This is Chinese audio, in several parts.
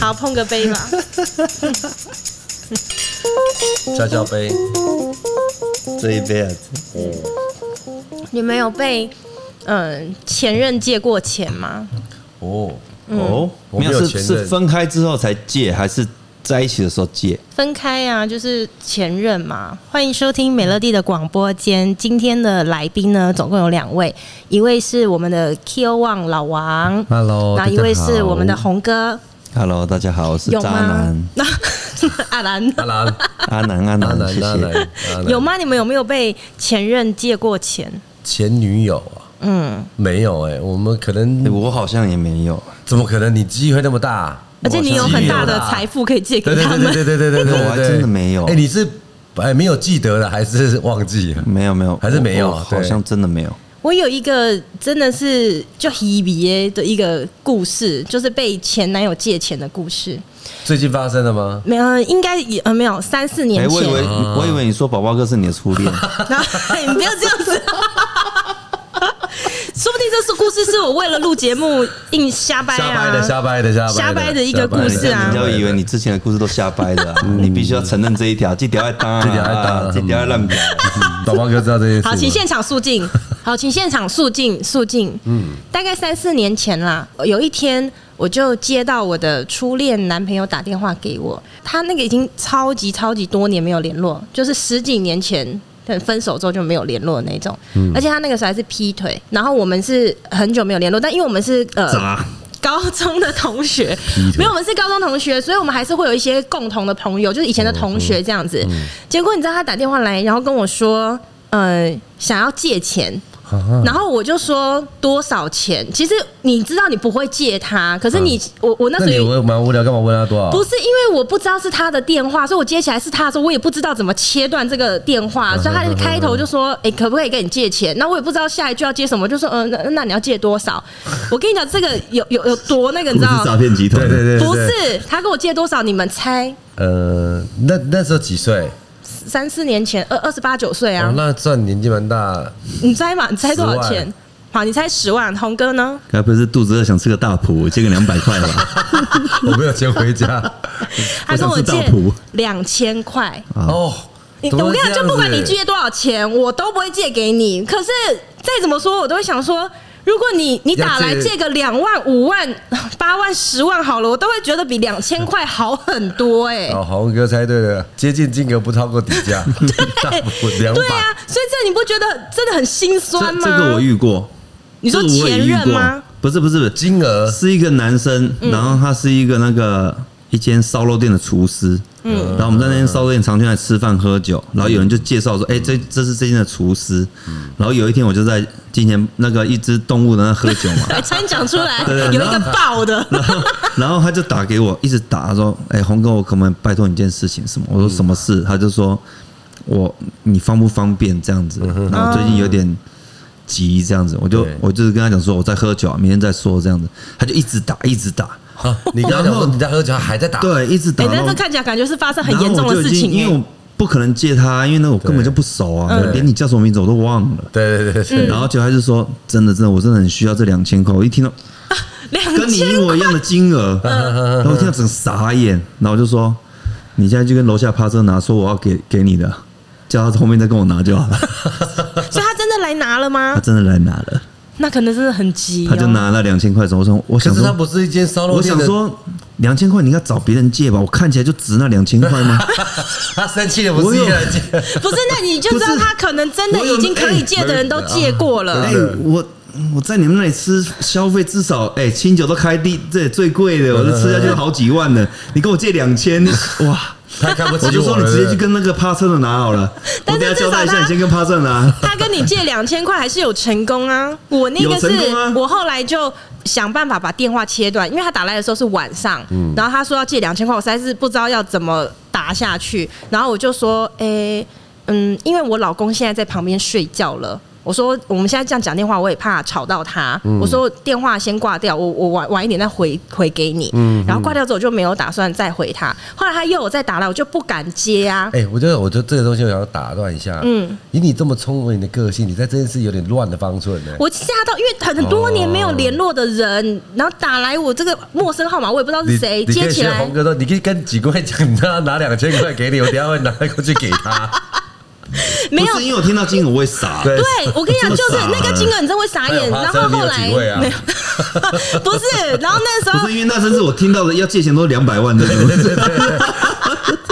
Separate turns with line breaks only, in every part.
好，碰个杯吧。
加加杯，
这一杯啊，
你们有被嗯、前任借过钱吗？
哦，
嗯
哦，
我没有
是
前任
是分开之后才借，还是在一起的时候借？
分开啊，就是前任嘛。欢迎收听美乐蒂的广播间。今天的来宾呢，总共有两位，一位是我们的 Q One 老王
Hello，
那一位是我们的红哥
Hello，大家好，我是
有
渣
吗
男？
那 阿兰
阿兰，
阿南阿
阿
南，
兰
谢，
阿
谢。
兰，阿兰
有？吗？你们有没有被前任借过钱？
前女友啊，
嗯，
没有哎，我们可
欸
能
我好像也没有，
怎么可能？你机会那么大，
而且你有很大的
我好像
财富可以借
对
给
对
他
对对
们。
对对对对对对，
我还真的没有
哎，你是哎没有记得了，还是忘记了？
没有没有，
还是没有啊
我我
对
好像真的没有。
我有一个真的是就 Hebe 的一个故事，就是被前男友借钱的故事。
最近发生的吗？
没有，应该也呃没有三四
哎，
年
我
前
以。为
啊
我以为你说宝宝哥是你的初 恋，
然后哎你不要这样子， 说不定这是故事是我为了录节目硬瞎掰
瞎掰的
啊。
瞎掰的瞎掰
瞎掰的一个故事啊
人家以为你之前的故事都瞎掰的啊，你必须要承认这一条，这条爱当，
嗯
啊
这条要当
这条爱烂表。
宝宝哥知道这件事吗。
好，请现场肃静。好，请现场肃静，肃静。嗯，大概三四年前啦，有一天我就接到我的初恋男朋友打电话给我，他那个已经超级超级多年没有联络，就是十几年前。对，分手之后就没有联络的那种，而且他那个时候还是劈腿，然后我们是很久没有联络，但因为我们是呃
砸
高中的同学，没有，我们是高中同学，所以我们还是会有一些共同的朋友，就是以前的同学这样子。
嗯
结果你知道他打电话来，然后跟我说，呃，想要借钱。然后我就说多少钱？其实你知道你不会借他，可是你、我我那
啊那
时
你
候也
我蛮无聊，干嘛问他多少？
不是因为我不知道是他的电话，所以我接起来是他的时候，我也不知道怎么切断这个电话，所以他就开头就说：“哎、可不可以跟你借钱？”那我也不知道下一句要接什么，就说：“嗯、那那你要借多少？”我跟你讲，这个有有有多那个，你知道？
骗集团
对对对，对
不，是，他跟我借多少？你们猜？
呃，那那时候几岁？
三四年前，二二十八九岁啊
哦，，那算年纪蛮大。
你猜嘛？你猜多少
10万
钱？好，你猜十万，红哥呢？
该不是肚子饿想吃个大补，借个两百块吧？
我没有钱回家。
他跟我
我想
借
知道谱
两千块。
啊
哦，
你
怎么
我
会
跟你讲，
这
就
样
不管
子
你借多少钱，我都不会借给你。可是再怎么说，我都会想说，如果你你打来
要借
借个两万、五万、八万、十万好了，我都会觉得比两千块好很多哎、
哦，红哥猜对了，接近金额不超过底 价，大幅两
对
百。
啊，所以这你不觉得真的很心酸吗？
这这个我遇过。
你说
这个我也
前任
遇过
吗？嗯
不是不是，
金额
是一个男生，然后他是一个那个一间烧肉店的厨师。嗯，然后我们在那间烧肉店常去来吃饭喝酒，然后有人就介绍说，哎，这这是这间的厨师。然后有一天我就在进前那个一只动物的那喝酒嘛，
来参讲出来，
对
有一个爆的，
然后他就打给我，一直打说：“哎、红哥，我可不可以拜托你一件事情？什么？”我说：“什么事？”他就说：“我你方不方便这样子？”然后我最近有点急这样子，我就
对
我就是跟他讲说我在喝酒、啊，明天再说这样子。他就一直打，一直打，
啊你刚刚讲说你在喝酒还在打，
对，一直打。
哎、
然
那
后
这看起来感觉是发生很
然后
严重
我
的
就已
事
经
情、
因为
欸
我。不可能借他，因为那个我根本就不熟啊，我连你叫什么名字我都忘了。
对对对
嗯
对，
然后就他就说：“真的，真的，我真的很需要这两千块。”我一听到。
哎两
跟你一
千，
模一样的金额，嗯然后我听到整傻眼，然后我就说：“你现在就跟楼下趴车拿，说我要给给你的，叫他后面再跟我拿就好 了。
所以他真的来拿了”
他
吗？
真的来拿了，
那可能真的很急、哦。
他就拿了两千块钱。我说：“我
可
想
是他不
说，
是一间烧肉
我
店
想
的，
说，两千块你应该找别人借吧，我看起来就值那两千块 吗？
他生气了，不是一来借，
不是，那你就知道
不是
他可能真的
我有
已经可以借的人都借过了
哎。，我。”我在你们那里吃消费至少哎、清酒都开第这也最贵的，我这吃下去都好几万了。你跟我借两千， 哇！
他看不起
我就说你
了
直接去跟那个趴车的拿好了，我
但是
等下
至少
交代一下，
他
你先跟趴车拿。
他跟你借两千块还是有成功啊？我那个
有
是
成功啊
我后来就想办法把电话切断，因为他打来的时候是晚上，
嗯
然后他说要借两千块，我实在是不知道要怎么打下去，然后我就说，诶、嗯，因为我老公现在在旁边睡觉了。我说我们现在这样讲电话，我也怕吵到他。
嗯
我说电话先挂掉，我我晚晚一点再回回给你。
嗯
然后挂掉之后就没有打算再回他。后来他又有再打来，我就不敢接啊。
哎、我觉得，我觉得这个东西我想要打断一下。嗯，以你这么聪明的个性，你在这件事有点乱的方寸呢、
我吓到，因为很多年没有联络的人，然后打来我这个陌生号码，我也不知道是
你
谁，
你可
接
以
起
学
来
红哥说，你可以跟几块讲，你让他拿两千块给你，我等一下会拿过去给他。
没有
不是因为我听到金额我会傻，
对
对，我跟你讲，就是那个金额，你真会傻眼。
还有
然
花
后
生
后来
你有几位啊
没有， 不是。然后那 时
不
候
是因为那甚至我听到的要借钱都两百万的，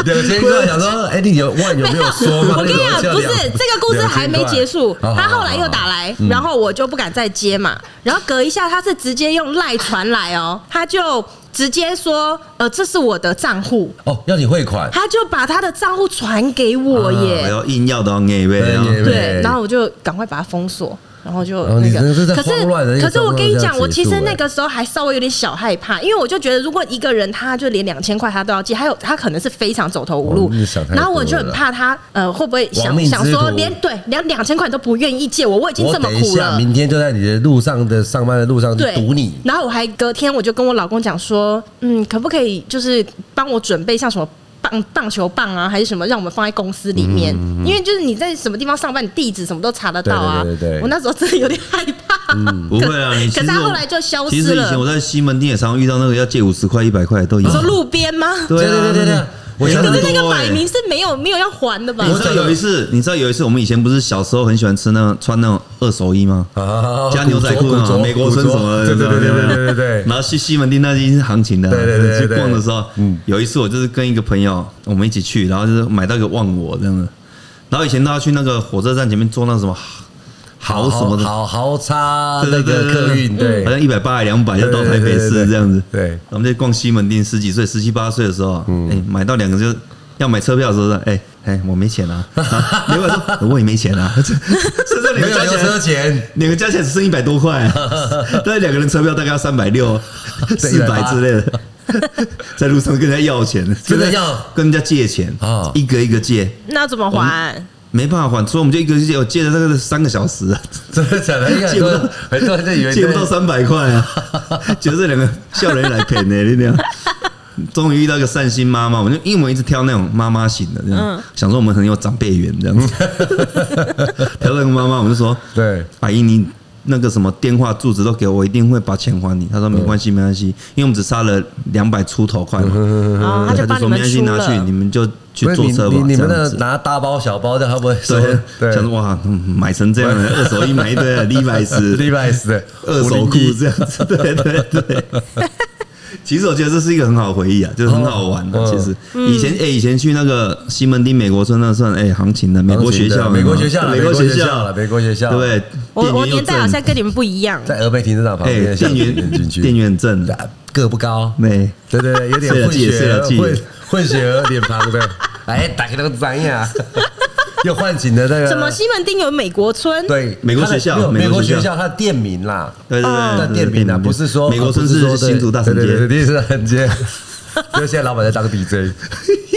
两千块想说，哎、你有万有没有说吗？
我跟你
那
讲，
种
不是
叫两
这个故事还没结束，
两千块哦嗯
他后来又打来，然后我就不敢再接嘛。然后隔一下，他是直接用赖传来哦，他就直接说，呃，这是我的账户，
哦，要你汇款。
他就把他的账户传给我
啊
我
耶。
要硬要的要硬呗，
对
然后
硬
对，然后我就赶快把它封锁。然后就
哦
那
你
个
真的是，在
可是
慌乱的一个
可是我跟你
状况
讲，
下
我其实
结束
那
欸
个时候还稍微有点小害怕，因为我就觉得，如果一个人他就连两千块他都要借，还有他可能是非常走投无
哦
路
你想，太
然后我
多
就很
了
怕他呃会不会
亡
想
命
想
之
说
徒
连对连两千块都不愿意借我，我已经
我
这么
等一
苦
下，
了，
明天就在你的路上的上班的路上去
对，
堵你。
然后我还隔天我就跟我老公讲说，嗯，可不可以就是帮我准备像什么棒棒球棒啊，还是什么，让我们放在公司里面？因为就是你在什么地方上班，你地址什么都查得到啊。
对对对对对
我那时候真的有点害怕。
不会啊，你其
可
实
是他
我
后来就消
其实
失
以前
了。
我在西门町也常常遇到那个要借五十块、一百块的都有
你。说路边吗？
对啊
哦对对对对对我
也
想哎
可
很
是
多
那个
欸嗯
摆明是没有没有要还的吧？
你知道有一次，你知道有一次我们以前不是小时候很喜欢吃那种穿那种二手衣吗？
啊
加牛仔裤
古着古
啊，
着
美国
古着
村什么的，
对对对对对对对 对。
然后去西门町那已经是行情的啊，
对对对对对嗯
去逛的时候，有一次我就是跟一个朋友，我们一起去，然后就是买到一个忘我这样子。然后以前都要去那个火车站前面坐那什么
好
豪什么的，
好好差
对
那
对对哎
个客运，对
好，像一百八还两百就到台北市这样子。
对对对对嗯对
我们在逛西门町，十几岁、十七八岁的时候，哎，买到两个就要买车票的时候，哎哎，我没钱啊，啊另外说 我也没钱啊，甚至
没
两
有
个加
油
起
车
来，
钱，
两个加起来只剩一百多块啊，但是两个人车票大概要三 百六、四百之类的。在路上跟人家要钱，
真的要
跟人家借钱
啊
一个一个借，
那怎么还？
没办法还，所以我们就一个一个借，我借了大概三个小时啊，
真的假的？应该很
借不
多
到
人，很多人就以为
借不到
这
三百块 啊，觉得这两个笑人来骗呢，你俩。终于遇到一个善心妈妈，我就因为我们一直挑那种妈妈型的，这样、
嗯
想说我们很有长辈缘这 样子。挑那个妈妈，我就说
对
阿姨，你那个什么电话、住址都给我，我一定会把钱还你。她说没关系，没关系，因为我们只差了两百出头块嘛。
哦，他就
她
帮
说
你们
没关系，
出
拿去
了
你。们就去
不是
坐
你
车吧
你。你们
这样
那
子
拿大包小包的，他不会收
对，，
对
想，说哇，嗯买成 这样的二手衣买一堆 Levi's，
礼拜四的
二手裤这样子，对对对。其实我觉得这是一个很好的回忆啊，就是很好玩的、
哦
其实以前哎、以前去那个西门町美国村那算哎、行情的美国学校，
美国学校啦，
美
美
国
国
学
学
校
校，美国学校，
对，
我我
店员又
年代好
正
像跟你们不一样。
在峨眉停车场旁边
哎
的
店
小
员
景区
店员啊很正，
啊个不高，
对，
对对对，有点
睡了
混
记睡
血
了记
混混血儿脸庞的，哎，打开那个章呀， 又唤醒了那个
怎么西门町有美国村？
对
美国学校
它的没有美
美国
国
学校
学校它的店名啦，
对对对
它的
对，
店名啦，不是说啊
美国村
不说
是新竹大神
对对对
街，
对新竹大神街， 因为现在老板在当 DJ，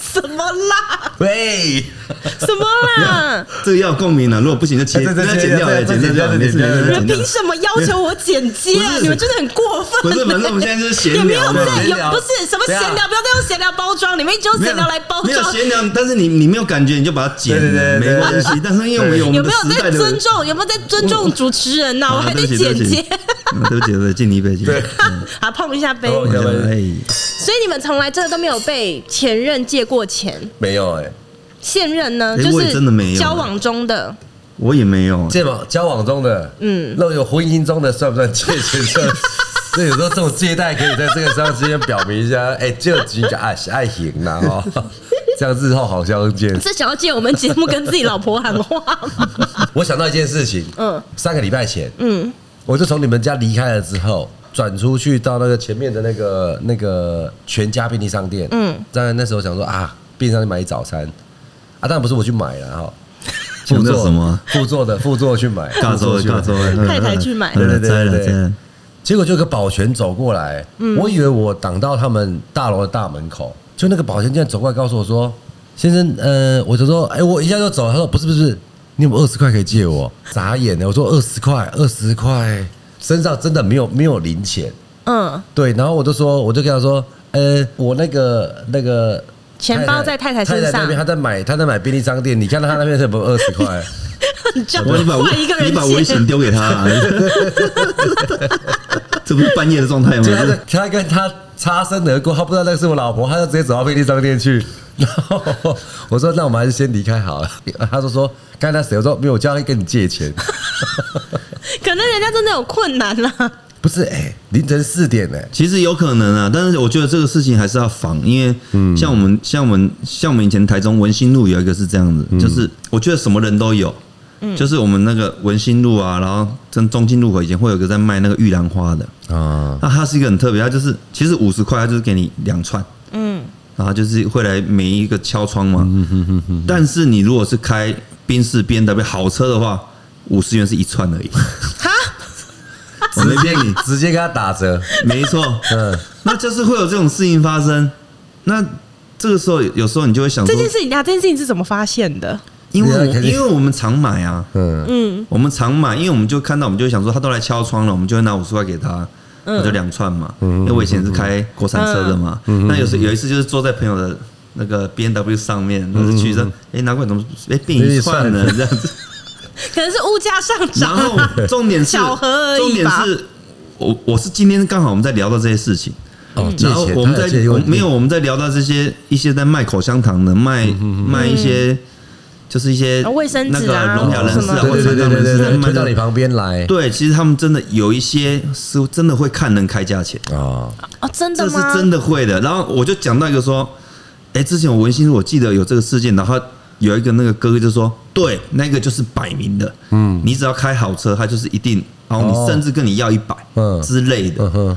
什么啦？
喂，
什么啦？
这个要有共鸣啊，如果不行就切，
哎对对
那
对
剪掉，
对
哎
对
剪掉就好，
对
没
对
事
对
没事
对
你们
对
没事，剪掉
凭。什么要求我剪接
不
啊？
是
你们真的很过分、欸。
不是反正我们现在就是闲聊
也没有
嘛
在
闲聊
有不是什么闲
对
聊，
啊
不要再用闲聊包装，你们一直用
没
闲
有
聊来包
没有
装。
闲聊，但是你你没有感觉，你就把它剪
对
了，
对对
没
对
关系。但是因为我们有我
有
们的
没有
时代
在
的
尊重？有没有在尊重主持人呐、
啊
我还
对
得
不起
剪
对不 起
接，
嗯对不起，对不起，敬你一杯，敬你一杯。
还碰一下杯。
哦
我想
要不然
哎，
所以你们从来真的都没有被前任借过钱，
没有哎，
现任呢，
哎
就
我
是
也真的没有
交往中的，
我也没有，
借往交往中的，嗯，那有婚姻中的算不算借钱算？所以有时候 这种借贷可以在这个上之间表明一下，哎，就几个爱爱行啦 哦，这样日后好相见。
是想要借我们节目跟自己老婆喊话 吗？
我想到一件事情，
嗯
嗯，三个礼拜前，嗯，我就从你们家离开了之后，转出去到那个前面的那个那个全家便利商店，嗯，当然那时候想说啊，便利商店买早餐，啊，当然不是我去买了 哈，
想到什么
副座的副座去买，
尬
副
州
座去买
的尬州嗯的，
太太去买
对对
对对
对
对
对
对
对，
结果就有个保全走过来，
嗯
我以为我挡到他们大楼的大门口，就那个保全竟然走过来告诉我说：“先生，呃，我就说，哎、我一下就走。”他说：“不是不是，你有没有二十块可以借我？眨眼的，我说二十块，二十块，身上真的没有没有零钱。
嗯，
对，然后我就说，我就跟他说，呃，我那个那个
钱包在太太身上
太太那边他在买他在买便利商店，你看到他那边是不二十块？
你叫
我你把
换一个人
你把
借
微信丢给他、 啊，这不是半夜的状态吗？
就他的嗯他跟他擦身而过，他不知道那个是我老婆，他就直接走到便利商店去。然后我说，那我们还是先离开好了。他就说，刚才谁？我说没有，我叫他跟你借钱。
可能人家真的有困难啊啦、
不是，哎、凌晨四点呢、
其实有可能啊，但是我觉得这个事情还是要防，因为像我们、像我们像我们以前台中文心路有一个是这样子，就是我觉得什么人都有，就是我们那个文心路啊，然后跟中进路口以前会有一个在卖那个玉兰花的，
啊，
那它是一个很特别，它就是其实五十块，它就是给你两串，嗯，然后就是会来每一个敲窗嘛，但是你如果是开宾士 B N W 好车的话，五十元是一串而已，我没
直接
骗你，
直接给他打折。
没错，嗯，那就是会有这种事情发生。那这个时候，有时候你就会想
这
说，
件事情，啊，这件事情是怎么发现的？
因为我
对啊肯定
因为我们常买啊，
嗯
嗯，我们常买，因为我们就看到，我们就会想说，他都来敲窗了，我们就会拿五十块给他，
嗯
我就两串嘛。因为我以前是开国产车的嘛，那有时有一次就是坐在朋友的那个 B N W 上面，那是去说，哎，难怪怎么哎变一串了这样子。
可能是物价上
然
涨，
后重点是
巧合而已
重点
吧
是我我是今天刚好我们在聊到这些事情，
哦，借
然后
钱，哦
我们在
他借
我
用
没有我们在聊到这些一些在卖口香糖的，卖卖一些
嗯
就是一些
啊卫生
那
纸啊
个聋哑人士啊，
什么
或
对对
者是
对
他
对
们
对
是在
对，
卖
推到
的
你。旁边来。
对，其实他们真的有一些是真的会看人开价钱，
啊，
哦，真的
这是
吗？
真
的，
的会的。然后我就讲到一个说，哎，之前我文心我记得有这个事件，然后有一个那个哥哥就说，对，那个就是摆明的，嗯，你只要开好车，他就是一定，然后
哦
你甚至跟你要一百，
嗯
嗯之类的
嗯，哼，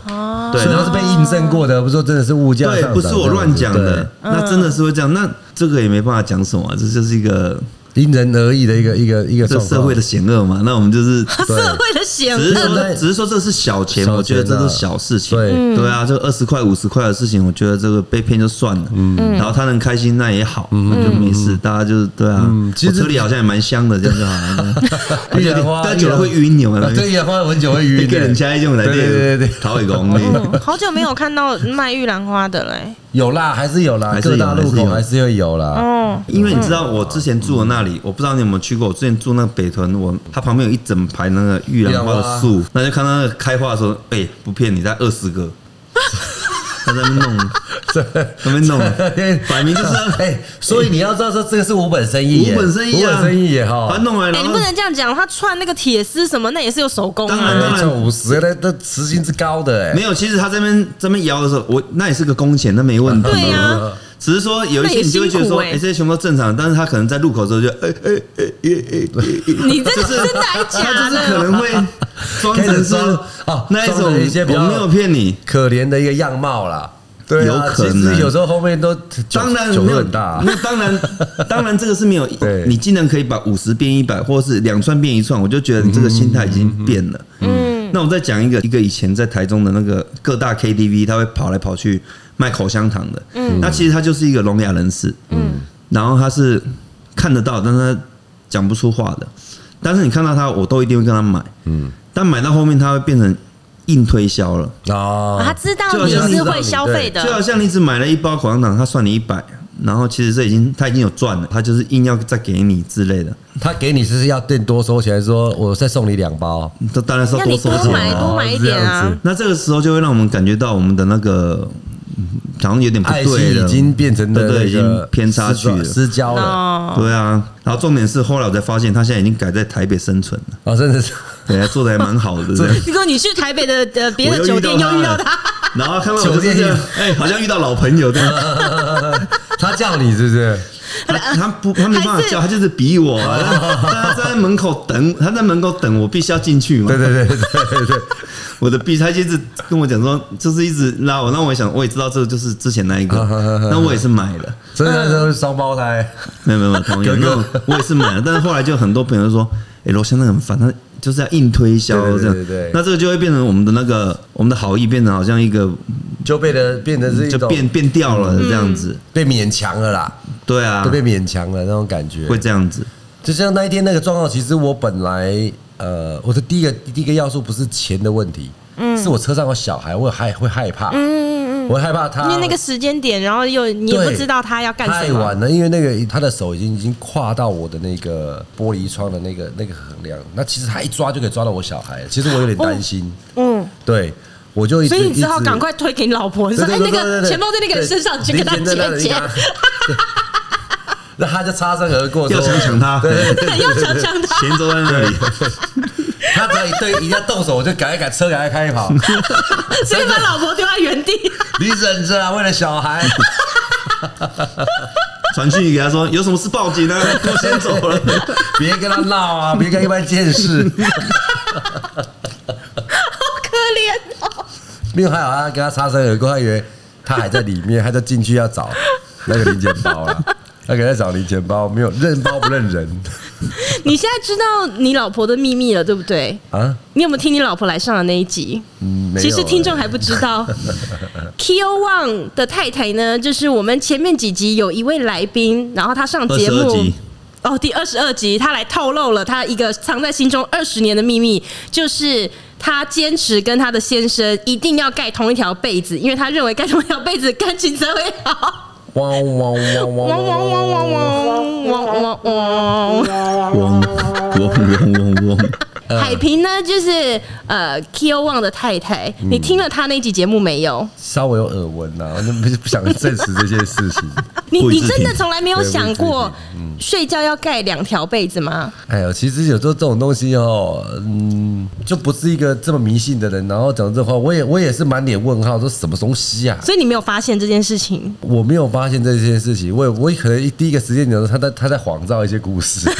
对，
所以
然后
他是被印证过的，不是说真的是物价上 涨
对，不是我乱讲
这样
的
子，
那真的是会这样。那这个也没办法讲什么啊，这就是一个
对因人而异的一个一个一个
这
状况
社会的险恶嘛。那我们就是。
社会的险
只是
恶，
说，只是说这是小钱，
小钱啊
我觉得这都是小事情。
对
对啊，这二十块、五十块的事情，我觉得这个被骗就算了。
嗯
然后他能开心那也好，那就没事。大家就是对啊，
嗯其
我
实
车里好像也蛮香的，这样就 好了。而
玉
且
兰花
大家久了会晕你嘛？
啊 对呀，花很久会
你
晕
给人家一种来
对对对对对
讨一个红利。
嗯，好久没有看到卖玉兰花的嘞。
有啦，还是有啦，
还是
各
有
大路口还
还
是会有 啦。
哦，
因为你知道我之前住的那里，我不知道你有没有去过。我之前住那个北屯，我它旁边有一整排那个玉兰花的树，那就看到那个开花的时候，哎、不骗你，在二十个，他在那边弄，在那边弄，摆明就是要
哎，所以你要知道说这个是无本生意耶，
无本生意
无
啊，
本生意也哈
把它。弄来，
哎、
然
你
后
不能这样讲，他串那个铁丝什么，那也是有手工
当然
啊。
哎这五十那那时薪是高的哎
没，有。其实他这边这边摇的时候，我那也是个工钱，那没问题。
对呀、
只是说有一
那
些
也
你就会觉得
辛苦
说，
欸
哎、这些全部都正常，但是他可能在入口的时候就，哎哎哎哎哎哎。
你这是真的还是假
他 就是
的？
可能会装
开
成
始
是
装哦
那一种，
装成一些比较
我没有骗你。
可怜的一个样貌啦。对啊，
有可能
其实有时候后面都
当然
酒
没
会
有
很大啊，
那当然，当然这个是没有
对。
你竟然可以把五十变一百，或是两串变一串，我就觉得你这个心态已经变了。嗯，那我再讲一个，一个以前在台中的那个各大 KTV，他会跑来跑去卖口香糖的。嗯，那其实他就是一个聋哑人士。嗯，然后他是看得到，但是他讲不出话的。但是你看到他，我都一定会跟他买。嗯，但买到后面他会变成硬推销了。
啊他
啊，
知道
就好
你
像
是
知道
会
你
消
对
费的，
就好像你只买了一包口香糖，他算你一百，然后其实这已经他已经有赚了，他就是硬要再给你之类的，
他给你是要店多收钱，还是说我再送你两包，
这当然是
要
多
你
收
多
钱
买
啊。
多买一点
这样
啊
子。
那这个时候就会让我们感觉到我们的那个嗯好像有点不
爱
对
心
了，
已经变成的
对对，
那
已经
个
偏差去了。
失交了
哦，
对啊，然后重点是后来我才发现，他现在已经改在台北生存了，
哦，真的是
对，还做的还蛮好的。这样
如果你去台北的呃别
我
的酒店又遇到他，
了，然后看到我
酒
就是
店
这样
遇，
哎、好像遇到老朋友这样。
他叫你是不是？
他他不，他没办
还
法
是
叫，他就是逼我、啊。他他在门口等，他在门口等我，必须要进去嘛。
对对对对对对，，
我的逼他一直跟我讲说，就是一直拉我。那我也想，我也知道这个就是之前那一个那我也是买了。
真的都是双胞胎，
没有没有没有，同意。
哥
那种我也是买了，但是后来就很多朋友就说，哎、楼下那个很烦，他就是要硬推销
对对
这样。
对对对
那这个就会变成我们的那个我们的好意变成好像一个
就变得变成是一
就
种
变变掉了这样子。
被勉强了啦，
对啊
都，被勉强了那种感觉
会。这样子。
就像那一天那个状况，其实我本来呃，我的第一个第一个要素不是钱的问题，
嗯
是我车上有小孩，我有害会害怕，嗯嗯嗯，我会害怕他，
因为那个时间点，然后又你也不
对
知道他要干什
太
么
晚。了，因为那个他的手已经已经跨到我的那个玻璃窗的那个那个横梁，那其实他一抓就可以抓到我小孩，其实我有点担心，
嗯，
对我就一直
所以你只好
一直
赶快推给你老婆，你说：“哎
对，
那
对对对
个
对
钱包在那个人身上，你去
对
跟他
零钱在
解
那里
决。
拿对那他就擦身而过，
要
说
想抢他，
对，
对， 要想想他。
钱都在那里，
他只要一对一要动手，我就赶快赶车赶快开 跑，
所以把老婆丢在原地。
你忍着啊，为了小 孩，
传讯息给他说有什么事报 警啊，我先走了。
别跟他闹啊，别跟一般见识。
可怜哦，
没有，还好他跟他擦身而过，他以为他还在里面，他就进去要找那个零钱包 了。他给他找零钱包，没有认包不认人
你现在知道你老婆的秘密了，对不对？
啊！
你有没有听你老婆来上的那一集？
嗯没
其
有
实听众还不知 道，Kyo Wang 的太太呢，就是我们前面几集有一位来宾，然后他上节
22
目
集。
哦，第二十二集，他来透露了他一个藏在心中二十年的秘密，就是他坚持跟他的先生一定要盖同一条被子，因为他认为盖同一条被子感情才会好。
汪汪汪
汪
汪
汪
汪
汪汪汪
汪 汪汪！
汪汪汪。
嗡嗡嗡嗡嗡，
海平呢，就是呃 Kyo Wang 的太太。
嗯
你听了他那集节目没有？
稍微有耳闻呐、啊，我就不不想证实这些事情。
你
不予
你
置
真的
评
从来没有
对不予
想
置
过
嗯
睡觉要盖两条被子吗？
哎呦，其实有时候这种东西哦，嗯，就不是一个这么迷信的人。然后讲这话，我也我也是满脸问号，说什么东西啊？
所以你没有发现这件事情。
我没有发现这件事情，我也我也可能一第一个时间点说他在他在仿造一些故事。啊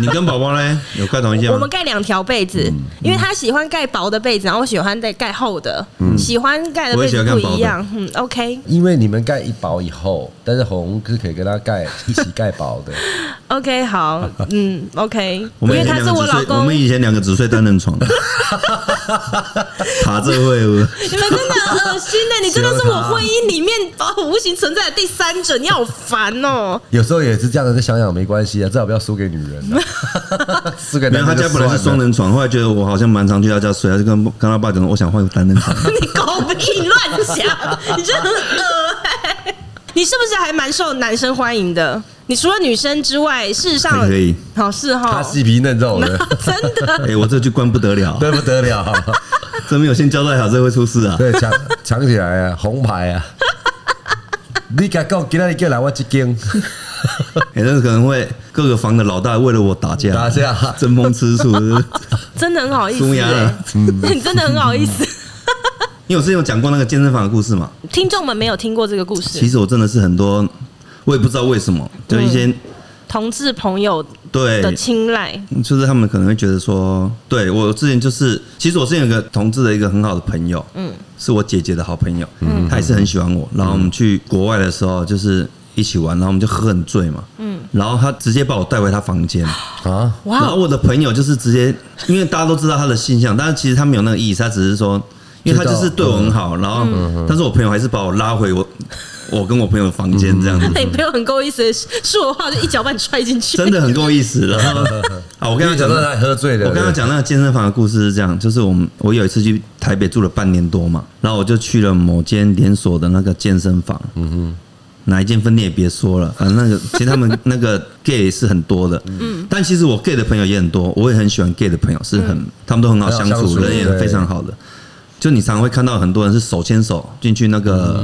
你跟宝宝嘞有快同一下
我
吗
们？盖两条被子，
嗯
因为他喜欢盖薄的被子，然后我喜欢再盖厚的，喜欢盖的
嗯我
被
也喜
子
欢
不
盖薄
一
的
样。嗯，OK
因为你们盖一薄以后，但是红是可以跟他盖一起盖薄的。
OK，好， 嗯，OK，
我
因
们以
为
前
他
两
是
个
我
只
老
睡，
公，
我们以前两个只睡单 人床，爬这位我
你们真的很恶心呢、欸你真的是
只有
我
他
婚姻里面哦无形存在的第三者，你好烦哦、
有时候也是这样的，就想想没关系啊，至少不要输给女人、啊。 输给
哎
没有，
男
他
人就
家本来是
算
双
了，
人床，后来觉得我好像蛮常去他家睡，他就跟跟他爸讲说，我想换个单人 床。
你狗屁乱想，你真的很恶、欸。你是不是还蛮受男生欢迎的？你除了女生之外，事实上
可以，
好是哈
他，细皮嫩肉 的，
真的。
哎，我这句关不得了，
对不得了。
这没有先交代好，这会出事啊！
对，抢抢起来啊，红牌啊！你敢讲今天你叫来我一间，
哎，那个可能会各个房的老大为了我打架，
打架
争风 吃醋，
真的很好 意思、
苏牙
欸
了，嗯
你 真的很好意思。
因为我之前有讲过那个健身房的故事嘛，
听众们没有听过这个故
其
事，
实我真的是很多，我也不知道为什么，就一些、
同志朋友
对
的青睐，
就是他们可能会觉得说，对我之前就是，其实我之前有个同志的一个很好的朋友，嗯，是我姐姐的好朋友，嗯，她也是很喜欢我。然后我们去国外的时候，就是一起玩，然后我们就喝很醉嘛，嗯，然后她直接把我带回她房间，
啊！
哇
然后我的朋友就是直接，因为大家都知道他的性向，但是其实他没有那个意思，他只是说，因为他就是对我很好，然后但是我朋友还是把我拉回我我跟我朋友的房间这样子
那。你朋友很够意思，说我话就一脚把你踹进去。
真的很够意思。 然后啊，我
我
跟他讲
讲到他喝醉了，
我刚刚讲那个健身房的故事是这样，就是我们我有一次去台北住了半年多嘛，然后我就去了某间连锁的那个健身房，嗯哼，哪一间分店也别说了，反正那个其实他 们那个 gay 是很多的，嗯，但其实我 gay 的朋友也很多，我也很喜欢 gay 的朋友，是很他们都很好相
很好
处，
相处
人也
对
非常好的。就你常常会看到很多人是手牵手进去那个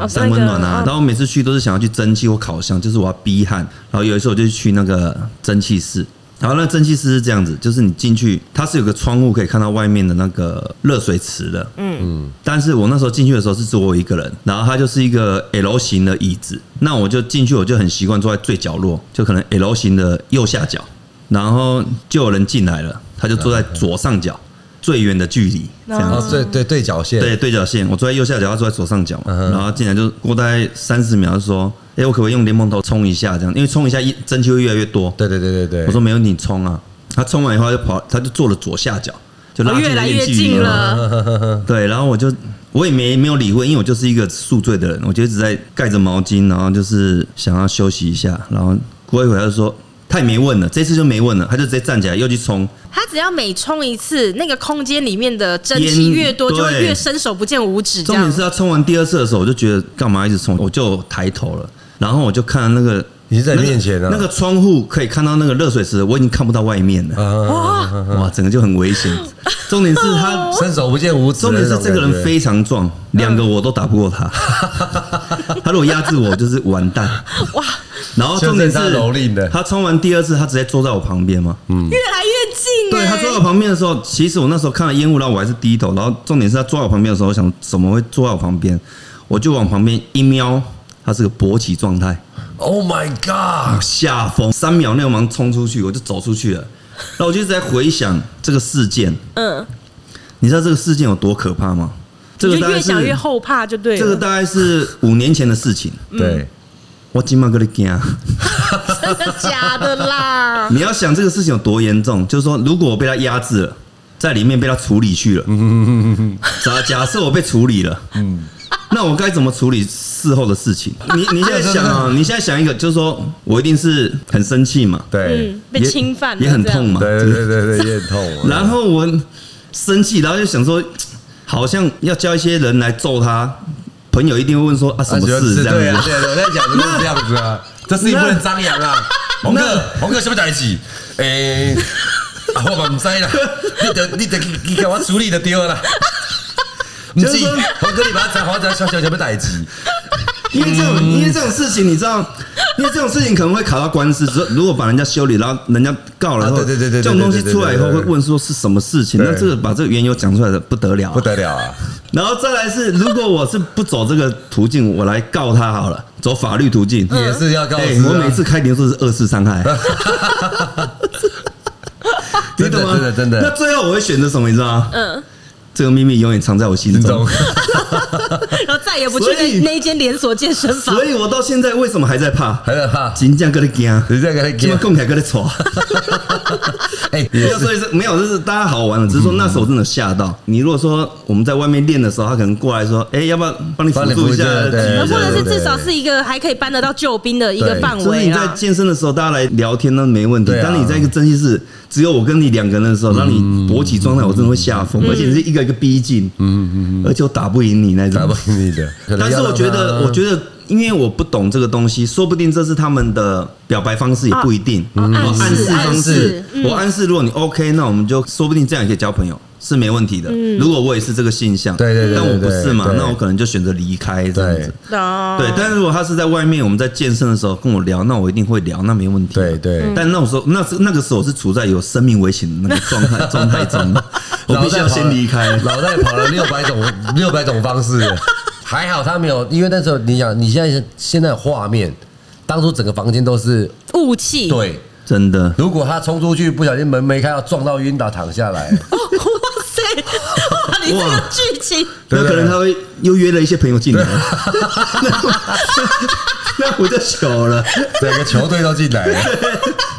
哦
三温暖啊
那，个
然后每次去都是想要去蒸汽或烤箱，就是我要逼汗。然后有一次我就去那个蒸汽室，然后那蒸汽室是这样子，就是你进去，它是有个窗户可以看到外面的那个热水池的。嗯嗯。但是我那时候进去的时候是只有我一个人，然后它就是一个 L 型的椅子，那我就进去我就很习惯坐在最角落，就可能 L 型的右下角，然后就有人进来了，他就坐在左上角最远的距离这样
啊
哦
对
子。，
对对角线，
对，对角线，我坐在右下角，他坐在左上角嘛，
嗯哼
然后进来就过大概三十秒，就说：“哎、我可不可以用柠檬头冲一下？”这样，因为冲一下一蒸汽会越来越多。
对对对对对。
我说没有你冲啊，他冲完以后他就跑，他就坐了左下角，就拉
我
近
啊越
了
来
一点
越
距离
近
嘛。
了，
对，然后我就我也没没有理会，因为我就是一个宿醉的人，我就一直在盖着毛巾，然后就是想要休息一下，然后过一会儿他就说。他也没问了，这次就没问了，他就直接站起来又去冲，
他只要每冲一次，那个空间里面的蒸
烟
汽越多，就会
对
越伸手不见五指这
重
样
点。是他冲完第二次的时候，我就觉得干嘛一直冲，我就抬头了，然后我就看到那个
你是在面前啊
那个那个窗户可以看到那个热水池，我已经看不到外面了，
啊
哇，
哇，整个就很危险。重点是他，
伸手不见五指
重
的
点
那
是
种感觉。
这个人非常壮，两个我都打不 过他，他如果压制我就是完蛋。
哇，
然后重点是
就是他蹂躏的嗯
他冲完第二次，他直接坐在我旁边嘛，
越来越近
对他
哎、
坐在我旁边的时候，其实我那时候看到烟雾，然后我还是低头。然后重点是他坐在我旁边的时候，我想怎么会坐在我旁边？我就往旁边一瞄，他是个勃起状态，
Oh my God！
下风三秒内我马上冲出去，我就走出去了。然后我就一直在回想这个事件，
嗯，
你知道这个事件有多可怕吗？这个
你就
大概
越
是
想越后怕，就对
这个
了。
大概是五年前的事情。
对，
我今晚跟 你讲，
真的假的 啦？
你要想这个事情有多严重，就是说，如果我被他压制了，在里面被他处理去了，假假设我被处理了，那我该怎么处理事后的事情？你你现在想啊，你现在想一个，就是说我一定是很生气嘛，
对
嗯，，被
也
侵犯了
也很
这样
痛嘛，
对对对对对，也很痛啊。
然后我生气，然后就想说，好像要叫一些人来揍他，朋友一定会问说啊什
啊
么
觉得
事
是
这
对
样
啊，
子。
对啊，对啊我在讲就是这样子啊，这事情不能张扬啊。洪哥，洪哥，什么代志？诶，啊我嘛唔知啦，你得你得去去给我处理就对啦。唔
就是是说，
洪哥，你把查黄仔小小什么代志？
因为这种，
嗯
因为这种事情，你知道， 因为这种事情可能会卡到官司。如如果把人家修理，然后人家告了以后，
啊对对对对对
这种东西出来以后会问说是什么事情，
对
那这个把这个缘由讲出来的不得了啊、
不得了啊！
然后再来是，如果我是不走这个途径，我来告他好了，走法律途径。
也是要告知啊
哎我每次开庭都是二次伤害，你
真的
懂吗？
真的真
那
的，
最后我会选择什么？你知道吗？
嗯，
这个秘密永远藏在我心
林
中
总。，
然后再也不去
所
那
以
那一间连锁健身房
所。以我到现在为什么还 在怕？
还在怕？
金价跟 你惊，
你在跟
今
他讲，
晚共凯跟 你吵。
哎，
不要说是没有，就是大家好玩了。只是说那时候真的吓
嗯
到你。如果说我们在外面练的时候，他可能过来说：“哎，要不要帮你辅
帮你
助一
辅助
下
一下？”对
举一
或
下
者是
对
至少是一个还可以搬得到救兵的一个
对
范
所以
围啊
你在
啦。
健身的时候，大家来聊天那没问题
对。啊嗯
当你在一个蒸汽室，只有我跟你两个人的时候，让你勃起状态，我真的会吓疯，而且是一个一个逼近，嗯嗯嗯，而且我打不赢你那
打
种
不。赢你的。可能
但是
要
我
让
觉
他
得，我觉得，因为我不懂这个东西，说不定这是他们的表白方式，也
啊
不一定。
哦哦暗
我
示
暗示方
暗示
式，
嗯
我暗示，如果你 OK，那我们就说不定这样也可以交朋友，是没问题的。如果我也是这个现象，
嗯对对对
但我不是嘛
对，对
那我可能就选择离开这样
对
子。
哦
对，但是如果他是在外面，我们在健身的时候跟我聊，那我一定会聊，那没问题。
对对嗯
但那种时候，那是那个时候我是处在有生命危险的那个状态状态 中的，我必须要先离开。
脑袋跑了六百种六百种方式，还好他没有，因为那时候你想，你现在现在的画面，当初整个房间都是
雾气，
对。
真的，
如果他冲出去，不小心门没开，要撞到晕倒躺下来，
哦，哇塞，哇，你这个
哇
剧情
对
有
对
可能他会又约了一些朋友进来，那我 那我就糗了。
整个球队都进来 了。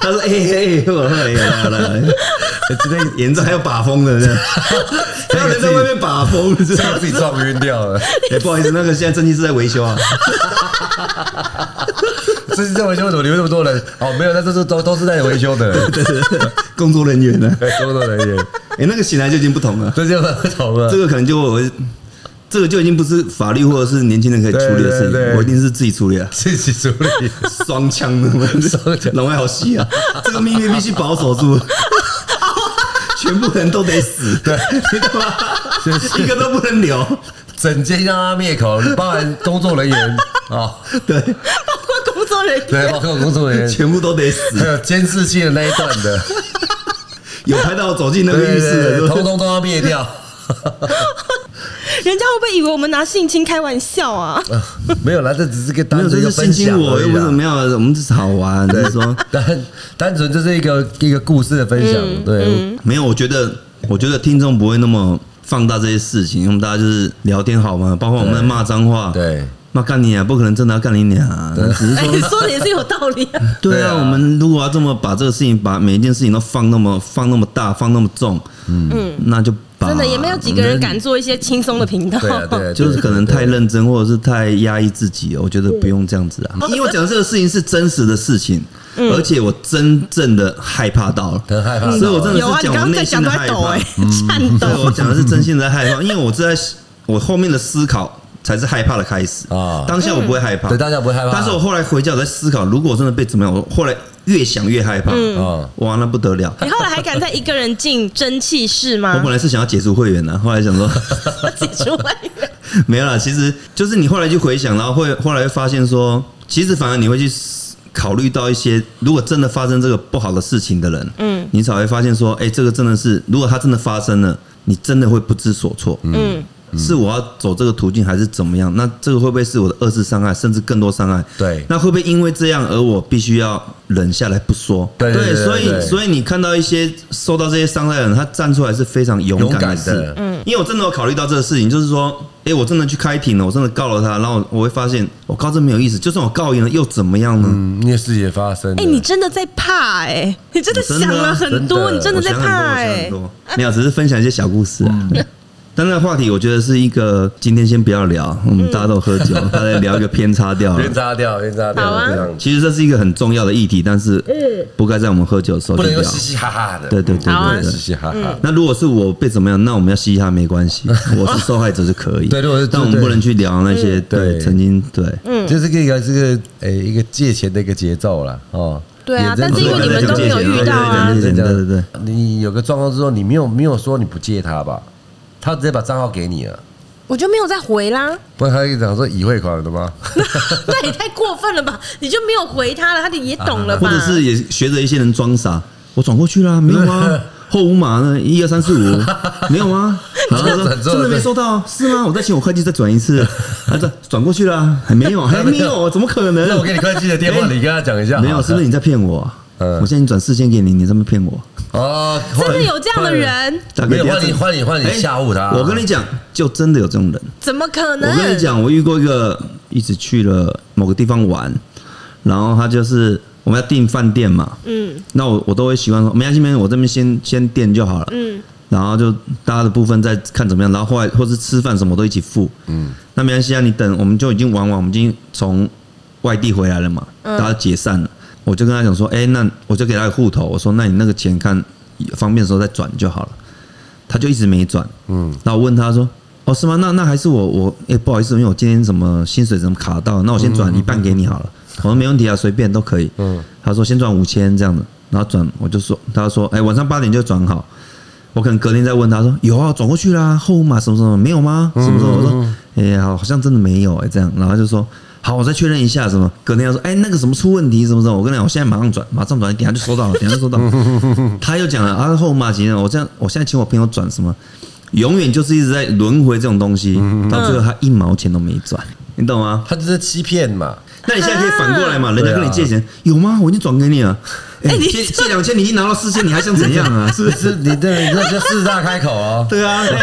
他说：“哎哎哎，我来了来了， 今天严重还有把风的，这 样还有人在外面把风，你知道吗
自己撞晕掉 了，
哎，不好意思，那个现在正气是在维修啊。”
这是在维修为什么你们那么多人？哦，没有，那这是都都是在维修的人，
工作人员 呢？啊
对工作人员，
哎、那个醒来就已经不同了，
这就不同了
这。个可能就我，这个就已经不是法律或者是年轻人可以处理的事情，
对对对
我一定是自己处理啊。
自己处理，
双枪的，
双枪
老外好细啊！这个秘密必须保 守住，全部人都得死，对，你懂吗？ 一个都不能留，
整间让他灭口，包含工作人员哦，
对，
包括工作人员，
对，包括工作人员，
全部都得
还
死。
有监视器的那一段的，
有拍到我走进那
对
个
对
浴室
对，
的，是不
通
是
通都要灭掉。
人家会不会以为我们拿性侵开玩笑啊？
没有啦，这只是个
没
单
有，
纯
这
一
是
个
性
分
侵
享
我，
而
又
已啊
不是
啦
怎么样，我们只是好玩。你说
单单纯就是一个一个故事的分享，对，
没有，我觉得，我觉得听众不会那么放大这些事情，因为我们大家就是聊天好吗？包括我们在骂脏话，
对，
骂干你啊，不可能真的要干你娘、啊，只是
哎，你
说，
说的也是有道理 啊。
对
对
啊，
啊
我们如果要这么把这个事情，把每一件事情都放那么放那么大，放那么重，嗯，那就吧
真的也没有几个人敢做一些轻松的频道。
对啊，对啊，
就是可能太认真，或者是太压抑自己了，我觉得不用这样子啊。因为我讲的这个事情是真实的事情，
嗯
而且我真正的害怕到了，
很害怕到
所以我真的
有啊，
是
你
讲
刚
我
刚在
内心
讲
的
都
害
在抖
怕嗯
哎。，颤
对，
抖
我。讲的是真心的害怕，因为我这在我后面的思考才是害怕的开始
啊
啊。当下我不会害怕，
对大家不会害怕
但是我后来回家我在思考，如果我真的被怎么样，我后来越想越害怕，
嗯
哇，那不得了。
你后来还敢再一个人进蒸汽室
我
吗
本？来是想要解除会员的，后来想说
我解除外援。
没有啦，其实就是你后来就回想，然后会后来会发现说，其实反而你会去考虑到一些，如果真的发生这个不好的事情的人，嗯，你才会发现说，哎、这个真的是，如果他真的发生了，你真的会不知所措，嗯。是我要走这个途径还是怎么样？那这个会不会是我的二次伤害，甚至更多伤害？
对
那会不会因为这样而我必须要忍下来不说？
对对对
所
对
以所以你看到一些受到这些伤害的人，他站出来是非常勇
勇
敢
敢
的
的
事。嗯，因为我真的有考虑到这个事情，就是说，诶，我真的去开庭了，我真的告了他，然后我会发现，我告这没有意思，就算我告赢了又怎么样呢？
嗯，你也是也发生了。
哎，你真的在怕哎、你真的想了很多，你真的
我
在
想很多，
怕
我想
哎、
很多。没有，只是分享一些小故事啊。
嗯
但那个话题，我觉得是一个今天先不要聊，我
嗯
们大家都喝酒，大家聊一个偏差 掉了
冤。扎掉，冤扎
好
掉，
啊
这样
其实这是一个很重要的议题，但是
嗯
不该在我们喝酒的时候
不
去
能
聊
又。嘻嘻哈哈的。
对对对
好啊
对
嘻
对。
嘻哈哈。
那如果是我被怎么样，那我们要嘻嘻哈没 关系，我是受害者就可以。
对如果是
但我们
对嗯
不能去聊那些
对
对曾经对。
嗯
就是这个这个诶一个借钱的一个节奏啦，哦。
对啊
也真
但是因为你们都没有遇到啊
对对对对对，
你有个状况之后，你没有没有说你不借他吧？他直接把账号给你了，
我就没有再回啦，
不然他就讲说已汇款了吗？
那也太过分了吧？你就没有回他了，他也懂了吧？
或者是也学着一些人装傻，我转过去 啦，没有啊，后五码呢，一二三四五，没有啊，然后他说
转错
真
了
的没收到，是吗？我再请我会计再转 一次，他说转过去啦，还没有，啊还没有，怎么可能？
那我给你会计的电话，你跟他讲一下。
没有，是不是你在骗我啊？
嗯
我现在已经转四千给你，你这么骗我？
哦，
真的有这样的人，
大哥
没有
不要
换你
这样
换你换你
哎
吓唬他啊
我跟你讲，就真的有这种人。
怎么可能？
我跟你讲，我遇过一个一直去了某个地方玩，然后他就是我们要订饭店嘛，嗯，那我我都会习惯说没关系，没关系，我这边先先订就好了，嗯，然后就大家的部分再看怎么样，然后后来或是吃饭什么都一起付，嗯，那没关系啊，你等我们就已经玩完，我们已经从外地回来了嘛，大家解散了，我就跟他讲说，哎、那我就给他个户头，我说那你那个钱看方便的时候再转就好了。他就一直没转。嗯，那我问他说：“哦，是吗？那那还是我我哎、不好意思，因为我今天什么薪水怎么卡到，那我先转一半给你好了。我说：“没问题啊，随便都可以。”嗯，他说：“先转五千这样子。”然后转我就说：“他说哎、晚上八点就转好。”我可能隔天再问他说：“有啊，转过去啦，后码什么什么没有吗？什么什么？”我说：“哎、呀，好像真的没有哎、这样。”然后他就说。好，我再确认一下什么。隔天他说：“哎、那个什么出问题什么什么。”我跟你讲，我现在马上转，马上转，等一下就收到了，等一下就收到了。他又讲了啊，后马几人，我这样，我现在请我朋友转什么，永远就是一直在轮回这种东西，到最后他一毛钱都没转，你懂吗？
他就是欺骗嘛，
那你现在可以反过来嘛，人家跟
对啊
你借钱有吗？我已经转给你了，哎、
你
借借两千，你已经拿到四千，你还想怎样啊？是不是？
是你这那就四大开口哦。
对啊，哎、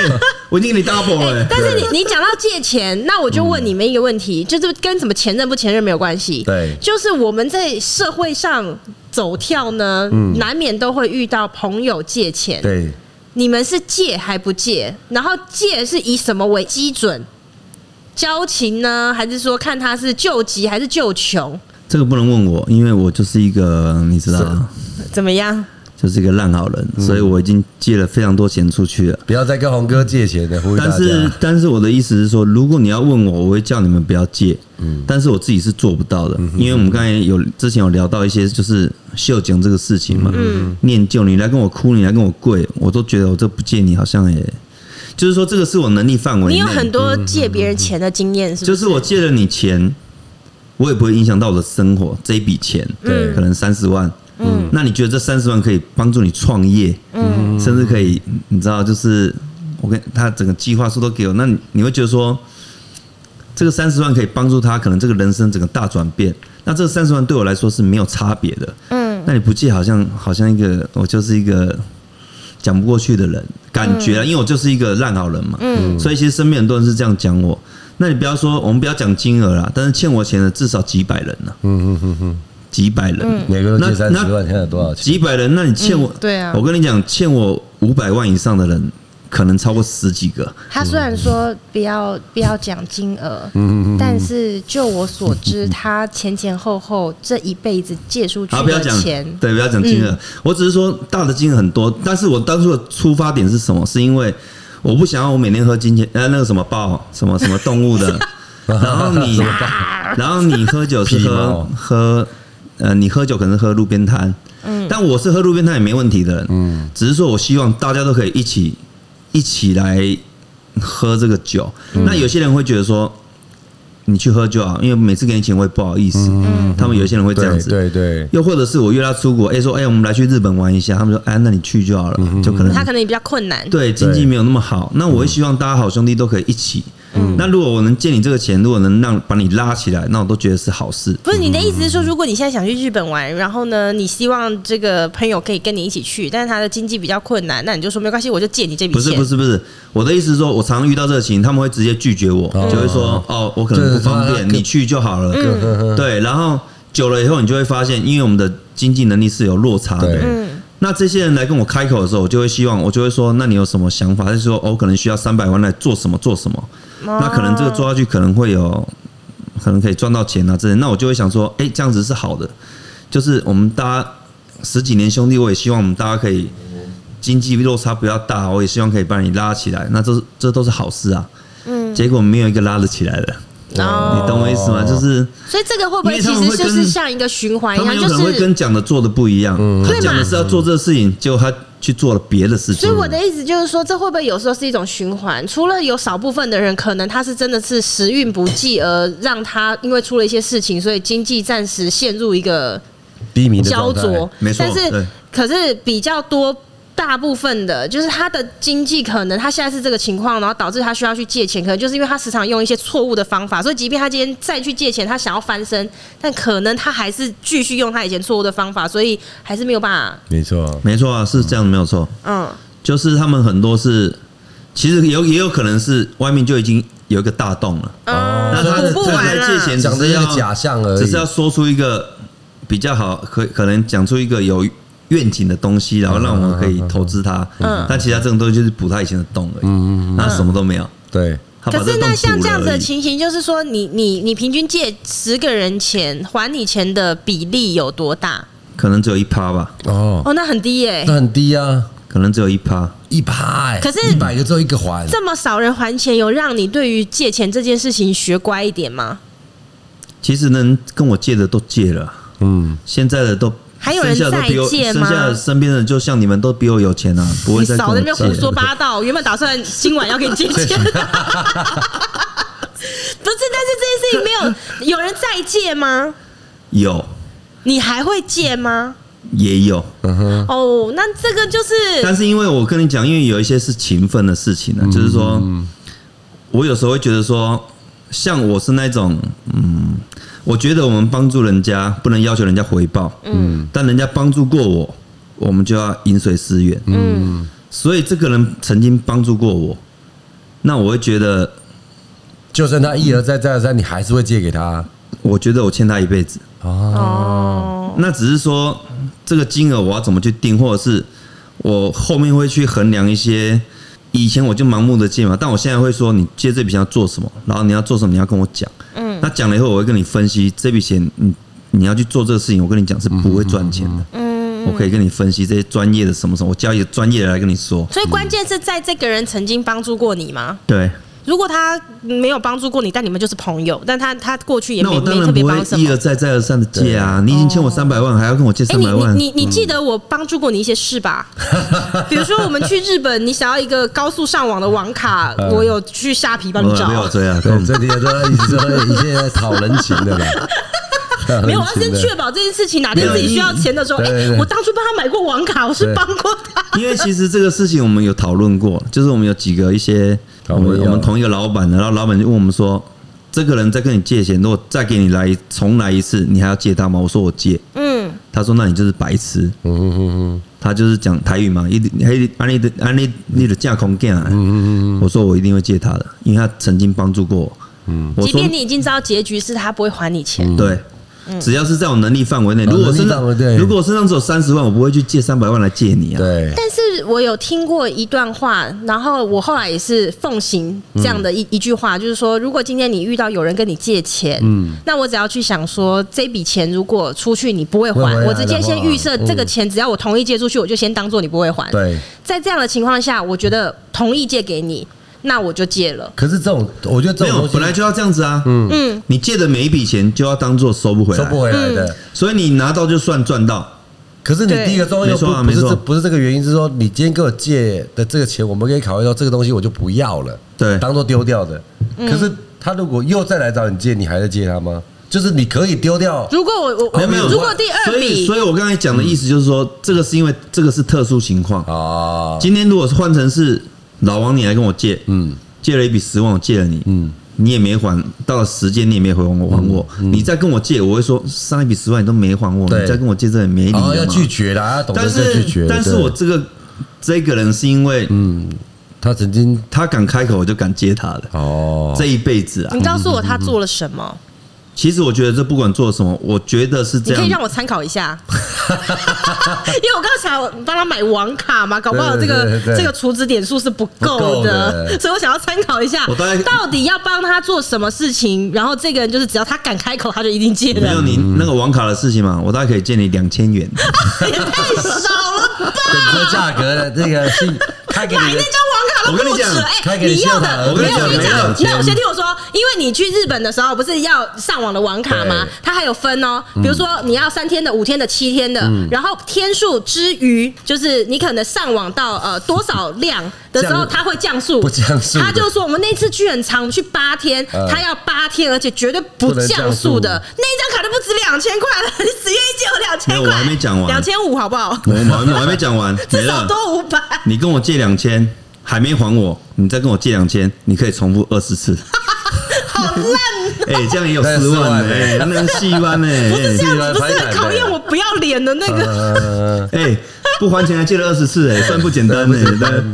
我已经给你 double 了、
哎但是你你讲到借钱，那我就问你们一个问题，就是跟什么前任不前任没有关系，
嗯对
就是我们在社会上走跳呢，难免都会遇到朋友借钱，
嗯对，
你们是借还不借？然后借是以什么为基准？交情呢，还是说看他是救急还是救穷？
这个不能问我，因为我就是一个你知道，
怎么样？
就是一个烂好人，所以我已经借了非常多钱出去了。
不要再跟红哥借钱了，呼吁大
但
家。
是，但是我的意思是说，如果你要问我，我会叫你们不要借。嗯，但是我自己是做不到的，因为我们刚才有之前有聊到一些就是秀景这个事情嘛，嗯，念旧，你来跟我哭，你来跟我跪，我都觉得我这不借你好像也，就是说这个是我能力范围内。
你有很
嗯
多借别人钱的经验，是不？
就是是我借了你钱，我也不会影响到我的生活。这一笔钱，对，可能三十万，嗯，那你觉得这三十万可以帮助你创业，嗯，甚至可以，你知道，就是我跟他整个计划书都给我，那你你会觉得说，这个三十万可以帮助他，可能这个人生整个大转变。那这三十万对我来说是没有差别的，嗯，那你不借好像好像一个我就是一个讲不过去的人，感觉啊，因为我就是一个烂好人嘛，所以其实身边很多人是这样讲我。那你不要说，我们不要讲金额啦，但是欠我钱的至少几百人呢、嗯嗯嗯嗯，几百人，
每个都借
那
三十
那
万，现在有多少钱？
几百人，那你欠我，
嗯对啊
我跟你讲，欠我五百万以上的人，可能超过十几个。
他虽然说不要不要讲金额，
嗯
但是就我所知，他前前后后这一辈子借出去
好，不要
的
讲
钱，嗯
对，不要讲金额。我只是说大的金额很多，但是我当初的出发点是什么？是因为我不想要我每天喝金钱呃那个什么豹什么什么动 物的，然后你然后你喝酒是
皮
喝
毛
喝呃你喝酒可能是喝路边摊，嗯，但我是喝路边摊也没问题的，嗯，只是说我希望大家都可以一起一起来喝这个酒。
嗯
那有些人会觉得说。你去喝就好，因为每次给你钱我也不好意思。他们有些人会这样
嗯对
子，
对对，
又或者是我约他出国，哎、说哎、我们来去日本玩一下，他们说哎、那你去就好了，就可能
他可能也比较困难。
对经济没有那么好，那我会希望大家好兄弟都可以一起。那如果我能借你这个钱，如果能让把你拉起来，那我都觉得是好事。
不是你的意思是说，如果你现在想去日本玩，然后呢，你希望这个朋友可以跟你一起去，但是他的经济比较困难，那你就说没关系，我就借你这笔
不
钱。
是不是不是，我的意思是说，我常常遇到这个情形，他们会直接拒绝我，就会说哦，我可能不方
对
便，
他
你去就好了。
嗯
呵呵
对，然后久了以后，你就会发现，因为我们的经济能力是有落差的
对。
那这些人来跟我开口的时候，我就会希望，我就会说，那你有什么想法？他就说，哦，可能需要三百万来做什么做什么。
哦
那可能这个做下去可能会有，可能可以赚到钱啊之类的。那我就会想说，哎、这样子是好的，就是我们大家十几年兄弟，我也希望我们大家可以经济落差不要大，我也希望可以把你拉起来。那这是这都是好事啊。嗯，结果没有一个拉得起来的，
哦
你懂我意思吗？就是。
所以这个会不会
因为
其
他们
实
会
就
跟
是像一个循环
他
一
们
样？
有
哎就
可能会
是嗯
跟，讲的做的不一样，他讲的是要做这个事情，结果他去做了别的事情。
所以我的意思就是说，这会不会有时候是一种循环？除了有少部分的人可能他是真的是时运不济，而让他因为出了一些事情，所以经济暂时陷入一个
低迷的
焦
状态
灼，
没错
但是
对
可是比较多。大部分的，就是他的经济可能他现在是这个情况，然后导致他需要去借钱，可能就是因为他时常用一些错误的方法，所以即便他今天再去借钱，他想要翻身，但可能他还是继续用他以前错误的方法，所以还是没有办法。
没错，
没错啊，是这样的没有错，
嗯，
就是他们很多是，其实有也有可能是外面就已经有一个大洞了，
嗯
那他
补
的
不
他
完啊
来
了。
借钱只
讲的
是
是
要
个假象而已，
只是要说出一个比较好，可可能讲出一个有愿景的东西，然后让我们可以投资它。嗯，但其他这种东西就是补他以前的洞而已，嗯嗯，那什么都没有。
对，
他把
可
这
是
个洞
那像
补
这
了
样子
而
的
已
情形，就是说你你你平均借十个人钱还你钱的比例有多大？
可能只有一趴吧，
哦，
哦，那很低耶、
那很低啊，
可能只有一趴。
一趴哎，
可是
一百个只有一个还，
这么少人还钱，有让你对于借钱这件事情学乖一点吗？
其实能跟我借的都借了，啊
嗯，
现在的都
还有人
剩下的都比我
在借
剩
吗
下的身边的就像你们都比我有钱啊，不
你
会再跟
少
我
在那
借
边胡说八道，原本打算今晚要给你 借钱。不是，但是这件事情没有有人再借吗？
有
你还会借吗？
也有，嗯
哦，那这个就是
但是因为我跟你讲，因为有一些是勤奋的事情呢、啊就是说我有时候会觉得说，像我是那种，嗯，我觉得我们帮助人家不能要求人家回报，嗯，但人家帮助过我，我们就要饮水思源，嗯，所以这个人曾经帮助过我，那我会觉得。
就算他一而再再而三，你还是会借给他
我觉得我欠他一辈子。
哦，
哦，
那只是说这个金额我要怎么去定，或者是我后面会去衡量一些。以前我就盲目的借嘛，但我现在会说你借这笔钱要做什么，然后你要做什么，你要跟我讲。嗯，那讲了以后，我会跟你分析这笔钱，你你要去做这个事情，我跟你讲是不会赚钱的。嗯，我可以跟你分析这些专业的什么什么，我叫一个专业的来跟你说。
所以关键是在这个人曾经帮助过你吗？
对，
如果他没有帮助过你，但你们就是朋友，但他他过去也
那
没
我
没
当
特
然
别
不会
帮什
一
么哦
而。再再而三的借啊！你已经欠我三百万，还要跟我借
哎、
三
你
百万？嗯
你你你记得我帮助过你一些事 吧？比如说我们去日本，你想要一个高速上网的网 卡，我有去虾皮帮你
嗯我没有
找。
追啊，跟我
对，这里都一直说一切在讨人情的啦，
没有，我啊要先
真
确保这件事情，哪天自己需要钱的时候，哎、
对对对
我当初帮他买过网卡，我是
对
帮过他。
因为其实这个事情我们有讨论过，就是我们有几个一些
讨
我
论
们
要
我们同一个老板的，然后老板就问我们说，这个人在跟你借钱，如果再给你来一重来一次，你还要借他吗？我说我借，
嗯，
他说那你就是白痴，嗯嗯嗯，他就是讲台语嘛，一定还安利的安利你的架空干，嗯嗯嗯，我说我一定会借他的，因为他曾经帮助过我，嗯，我
即
说
便你已经知道结局是他不会还你嗯钱，
对。只要是在我能力范围内，如果
能力
身
范围
上
内
如果身上只有三十万，我不会去借三百万来借你啊。
对，
但是是我有听过一段话，然后我后来也是奉行这样的一、一句话，就是说，如果今天你遇到有人跟你借钱，
嗯
那我只要去想说，这笔钱如果出去你不会
不会
还，
啊
还
我直接先预设
的话
这个钱，只要我同意借出去，我就先当做你不会还。
对。
在这样的情况下，我觉得同意借给你，那我就借了。
可是这种，我觉得这种
没有
东西
本来就要这样子啊。嗯，你借的每一笔钱就要当做收不回啊
收
来，
不回来
嗯
的。
所以你拿到就算赚到。
可是你第一个状况又不
对没错啊
不是
没
这
错
不是这个原因，是说你今天给我借的这个钱，我们可以考虑到这个东西我就不要了，
对
当做丢掉的。
嗯
可是他如果又再来找你借，你还在借他吗？就是你可以丢掉，
如果我我
没有没有，
如果第二
所以
笔
所以我刚才讲的意思就
嗯
是说，这个是因为这个是特殊情况。
啊，
今天如果是换成是老王你来跟我借，
嗯，
借了一笔十万，我借了你，嗯，你也没还，到了时间你也没还我，还我，你再跟我借，我会说上一笔十万你都没还我，
嗯对
你再跟我借这也没理
然后哦
由
要
嘛。
拒绝啦，要懂得
但
是拒绝的。
是但是
对嗯
我这个这个人是因为
他曾经
他敢开口，我就敢接他的。
哦，
这一辈子啊
你，告诉我他做了什么，
其实我觉得这不管做什么，我觉得是
你
这
可以让
样。
我参考一下， 因为我刚才我帮他买网卡嘛，搞不好这
对
个
对对对
这个储值点数是不
不
够
够的
的，所以我想要参考一下
我大概，
到底要帮他做什么事情，然后这个人就是只要他敢开口，他就一定借
没有
的，
你那个网卡的事情嘛，我大概可以借你两千元。
也太少了吧？
等这价格的那 个信，开给
买
你
那
的
张网卡都
我跟
不
你
止，
讲
哎、
开给你
你要
信用卡
的
我跟你
有
讲没有钱
那我先听我说，因为你去日本的时候不是要上网的网卡吗
对？
它还有分哦，比如说你要三天的、五天的、七天的，然后天数之余，就是你可能上网到呃多少量的时候，
降
它会降速，
不降速的
他就说我们那次去很长，我们去八天
嗯，
他要八天，而且绝对不
不能降
降速的
速，
那一张卡都不止两千块 了，你只愿意借我两千
没有
块，
我还没讲完
两千五好不好？
我 我我还没讲完，没
至少
了。
多五百。
你跟我借两千，还没还我，你再跟我借两千，你可以重复二十次。
好烂，哦
哎、这样也有四万呢、
那
欸，那能戏湾呢？哎
不是这
自己
样
来
子，不
拍
是
板
很
的
考验我不要脸的那个。
呃，
哎、不还钱还借了二十次、哎，算不简单呢、欸。但
哦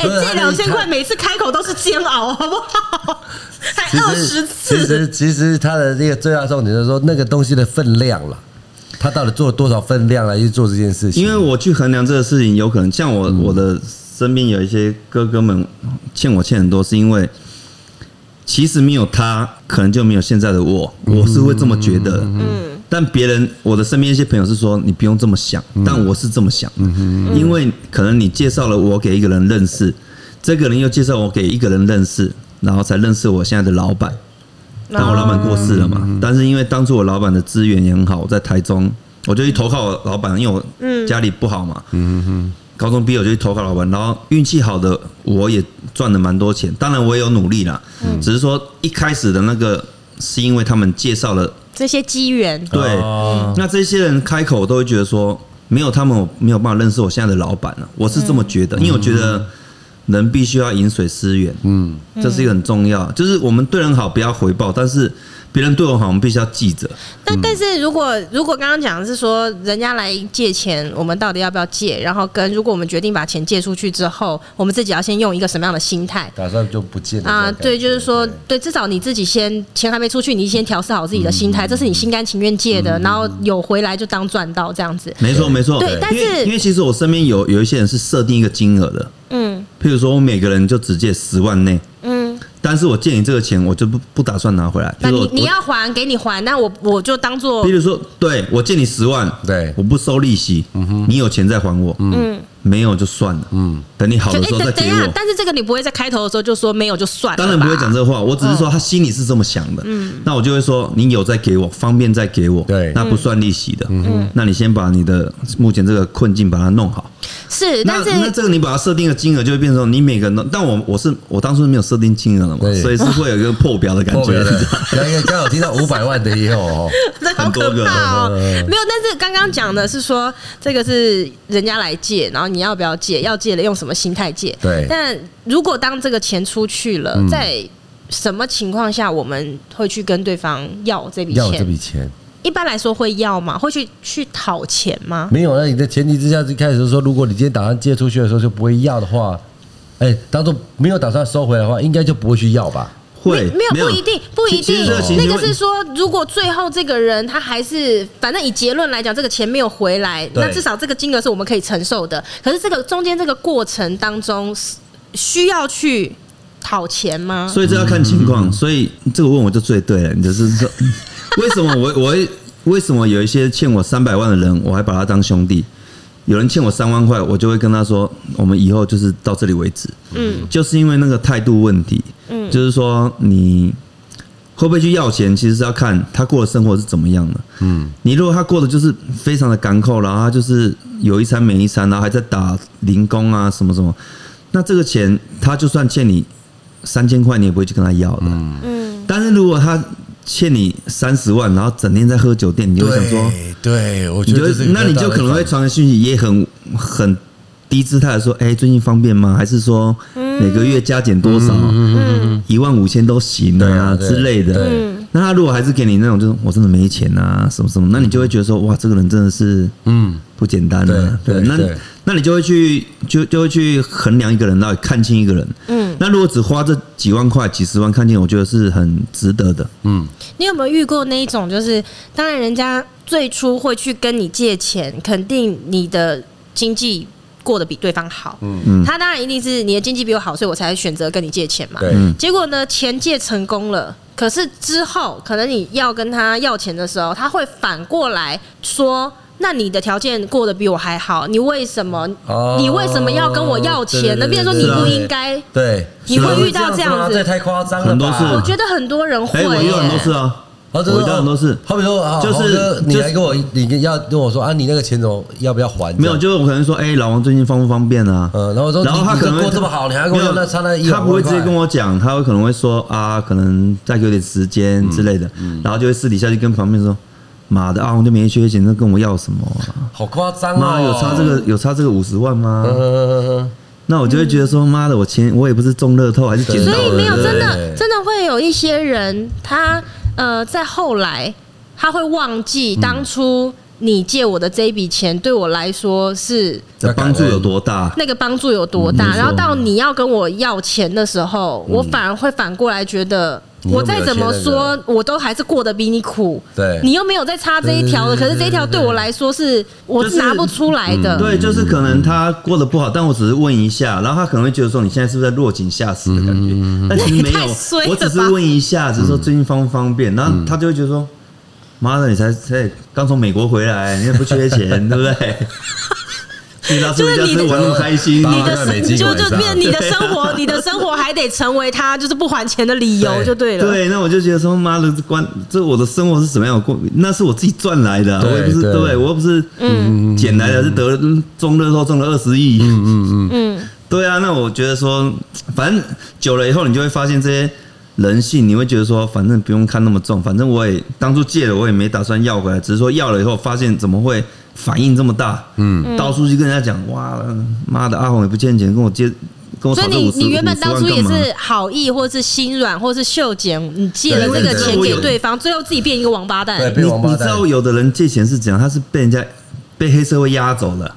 哎，借两千。
对他那一
块，每次开口都是煎熬，好不好？还
其
二
实
十
其
次，
实其实它的这个最大重点就是说那个东西的分量了，它到底做了多少分量来去做这件事情？
因为我去衡量这个事情，有可能像我、我的身边有一些哥哥们欠我欠很多，是因为其实没有他，可能就没有现在的我，我是会这么觉得。嗯，但别人我的身边一些朋友是说你不用这么想，但我是这么想，因为可能你介绍了我给一个人认识，这个人又介绍我给一个人认识，然后才认识我现在的老板。但我老
嗯
板过世了嘛，但是因为当初我老板的资源也很好，我在台中，我就去投靠我老板，因为我家里不好嘛，高中毕业我就去投靠老板，然后运气好的我也赚了蛮多钱，当然我也有努力啦，只是说一开始的那个是因为他们介绍了，
这些机缘，
对，
哦
那这些人开口我都会觉得说没有他们我没有办法认识我现在的老板了、我是这么觉得，因为我觉得人必须要饮水思源，嗯，这是一个很重要，就是我们对人好不要回报，但是别人对我好，我们必须要记着，
但但是如果如果刚刚讲的是说人家来借钱，我们到底要不要借？然后跟如果我们决定把钱借出去之后，我们自己要先用一个什么样的心态？
打算就不见了
啊，
这种感觉
对，就是说
嗯
对，
对，
至少你自己先钱还没出去，你先调试好自己的心
嗯
态，这是你心甘情愿借的，然后有回来就当赚到这样子。
没错，没错。
对但是
因为因为其实我身边有有一些人是设定一个金额的，
嗯
譬如说我每个人就只借十万内，
嗯，
但是我借你这个钱，我就不不打算拿回来。
那
譬如
你
我
你要还给你还，那我我就当做
我，譬如说，对我借你十万，
对嗯
我不收利息，你有钱再还我，嗯，没有就算了，嗯，等你好
就
的
哎
时候
等
再
等一
给
下，
我。
但是这个你不会在开头的时候就说没有就算了吧，
当然不会讲这话，我只是
嗯
说他心里是这么想的。那我就会说，你有再给我，方便再给我，
对嗯
那不算利息的。
嗯
那你先把你的目前这个困境把它弄好。
是，
那
但
那
是
这个你把它设定的金额就会变成你每个人都，但我我是我当初没有设定金额了嘛
对，
所以是会有一个破表的感
破
觉
表。的，刚刚刚好听到五百万的也有哦，
这好
很多
可
个呃
怕哦，没有。但是刚刚讲的是说这个是人家来借，然后你要不要借，要借了用什么心态借？
对
但如果当这个钱出去了，
嗯
在什么情况下我们会去跟对方要这笔
要有这
钱？
笔钱
一般来说会要吗？会去去讨钱吗？
没有？那你的前提之下，一开始就说，如果你今天打算借出去的时候就不会要的话，哎，当做没有打算收回来的话，应该就不会去要吧？
会
没没有不一定，不一
其其
定
实这个情。
那
形
个
会
是说，如果最后这个人他还是，反正以结论来讲，这个钱没有回来，
对
那至少这个金额是我们可以承受的。可是这个中间这个过程当中，是需要去讨钱吗？
所以这要看情况。所以这个问我就最对了，你就是说，为什么我我会为什么有一些欠我三百万的人，我还把他当兄弟？有人欠我三万块，我就会跟他说，我们以后就是到这里为止。嗯，就是因为那个态度问题。嗯，就是说你会不会去要钱，其实是要看他过的生活是怎么样的。嗯，你如果他过的就是非常的干扣，然后他就是有一餐没一餐，然后还在打零工啊什么什么，那这个钱他就算欠你三千块，你也不会去跟他要的。嗯，但是如果他欠你三十万，然后整天在喝酒店，你就会想说，
对对，我
你
觉
就
得
会
这是一个
那你就可能会传个讯息，也很很低姿态的说，哎、最近方便吗？还是说
嗯
每个月加减多少？一万五千都行
对啊
啊
对
之类的
对。
那他如果还是给你那种，就是我真的没钱啊，什么什么，那你就会觉得说，哇，这个人真的是
嗯
不简单啊。
对对
那
对
那你就会去就就会去衡量一个人，到底看清一个人。嗯，那如果只花这几万块、几十万看清，我觉得是很值得的。
嗯
你有没有遇过那一种，就是当然人家最初会去跟你借钱，肯定你的经济过得比对方好，嗯，他当然一定是你的经济比我好，所以我才选择跟你借钱嘛，
对
嗯
结果呢，钱借成功了，可是之后可能你要跟他要钱的时候，他会反过来说。那你的条件过得比我还好，你为什么？
哦
你为什么要跟我要钱呢？
对对对
变成说
对
你
对
不
对
应该。
对，
你会遇到
这
这样
吗
子
这也太夸张了吧，
很多事
我觉得很多人会
哎、
耶，
我遇到很多次啊，
啊，
我遇到很多事。
好比说，啊
就是
豪哥你
就是
来跟我，你跟要跟我说啊，你那个钱怎么要不要还？
没有，
这样
就是我可能说，哎、老王最近方不方便啊？
嗯然后我说你
他
你
可能
都
会
过这么好你还跟我
没有
要那差那一
他
两
不会
万
直
块
接跟我讲，他有可能会说啊，可能再给我点时间之类的，
嗯
然后就会私底下就跟旁边说，妈的啊，我就没缺钱，那跟我要什么啊？
好夸张
妈，
哦，
有差这个有差这个五十万吗？
嗯，嗯嗯
那我就会觉得说，妈的，我钱我也不是中乐透还是捡
所
到
以
的，
没有
对
真
对
的真的会有一些人，他呃在后来他会忘记当初你借我的这一笔钱对我来说是
这帮助有多大？
那个帮助有多
嗯
大，
没错
然后到你要跟我要钱的时候，我反而会反过来觉得。
你又
我再怎么
没有钱
说，我都还是过得比你苦。
对
你又没有在差这一条的，
对
可
对对
是这一条对我来说是我
就是
是拿不出来的。
对，就是可能他过得不好，但我只是问一下，然后他可能会觉得说你现在是不是在落井下石的感觉？
嗯
但其实没
那也太衰
有，
了嗯
我只是问一下，只是说最近方不方便，然后他就会觉得说，妈的，你才才刚从美国回来，你也不缺钱，对不 对？去拉斯维加
就是你
斯
的
玩那么开心，
你
八
的
万美
生
金
就
晚
就
上
变你的生 活，你的生活还得成为他就是不还钱的理由
对
就对了。
对，那我就觉得说，妈的，这关这我的生活是怎么样过？那是我自己赚来的啊、
对
我也不是
对
对我又不是
嗯
捡来的，是得中乐透中了二十亿。嗯嗯嗯，对啊，那我觉得说，反正久了以后，你就会发现这些人性，你会觉得说，反正不用看那么重，反正我也当初借了，我也没打算要回来，只是说要了以后发现怎么会。反应这么大，嗯，到处去跟人家讲，哇，妈的，阿红也不欠钱，跟我借，跟我
所
讨
以
这
你
五十
你原本当初也
50万干嘛
是好意，或是心软，或是秀俭，你借了这
对
个
对对
钱
我
给
有
对方，最后自己变一个王八蛋。
对被
你
王八
你知
蛋
道有的人借钱是怎样？他是被人家被黑社会压走了。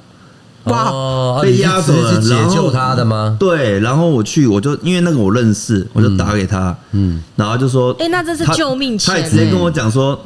哇
哦啊
被
你是
压
直
走
接
了
去解
然后
救他的吗？
对，然后我去，我就因为那个我认识，我就打给他，嗯，然后就说，
哎那这是
他
救命钱欸
他也直接跟我讲说，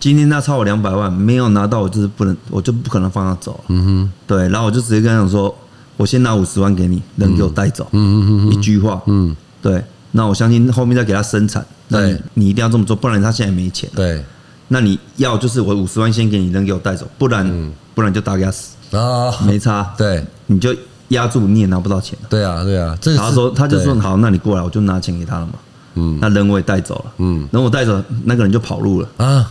今天他超我两百万，没有拿到，我就是不能，我就不可能放他走，嗯哼，对，然后我就直接跟他讲说，我先拿五十万给你，人给我带走，嗯嗯嗯，一句话，嗯，对，那我相信后面再给他生产，那你
对
你一定要这么做，不然他现在没钱，
对
那你要就是我五十万先给你，人给我带走，不然、不然就打给他死，
啊，
没差，，
嗯对
你就压住，你也拿不到钱了。
对啊对啊，这是
然后说他就说
对
好，那你过来，我就拿钱给他了嘛。嗯，那人我也带走了，
嗯
嗯，人我带走，那个人就跑路了，
啊，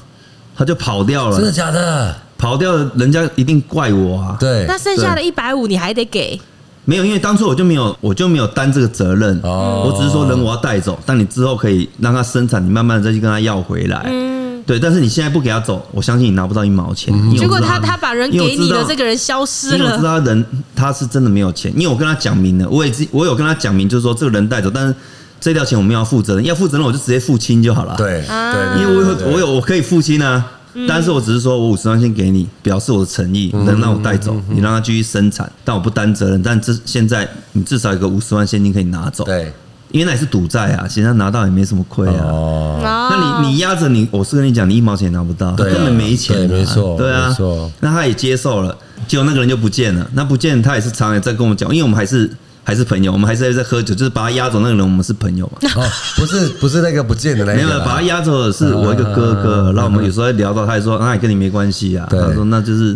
他就跑掉
真的
了，
假的？
跑掉了，人家一定怪我啊。，
对
那剩下的一百五你还得给，
没有，因为当初我就没有，我就没有担这个责任，
哦
我只是说人我要带走，但你之后可以让他生产，你慢慢的再去跟他要回来。嗯，对，但是你现在不给他走，我相信你拿不到一毛
嗯
钱。因为我
结果
知道
他他把人给你的这个。人消失
因为我知道因为
了。
我知道他人他是真的没有钱，因为我跟他讲明了，我也知我有跟他讲明，就是说这个人带走，但是这条钱我们要负责任，要负责任我就直接付清就好了。，
对对，
因为我
对对嗯
有我有我可以付清啊，但是我只是说我五十万先给你，表示我的诚意，能让我带走，
嗯
你让他继续生产，但我不担责任，但这现在你至少有个五十万现金可以拿走。
对
因为那也是赌债啊，其实他拿到也没什么亏啊。
哦，
那你你压着你，我是跟你讲，你一毛钱也拿不到，
对啊
根本没钱啊、
对没错
对啊
没错。
那他也接受了，结果那个人就不见了。那不见他也是常常在跟我们讲，因为我们还是还是朋友，我们还是在喝酒，就是把他压走那个人，我们是朋友嘛。
哦，不是不是那个不见的那个
没
啦，
有，把他压走的是我一个哥
啊
哥，然后我们有时候在聊到，他也说，那也跟你没关系啊。
对
他说那就是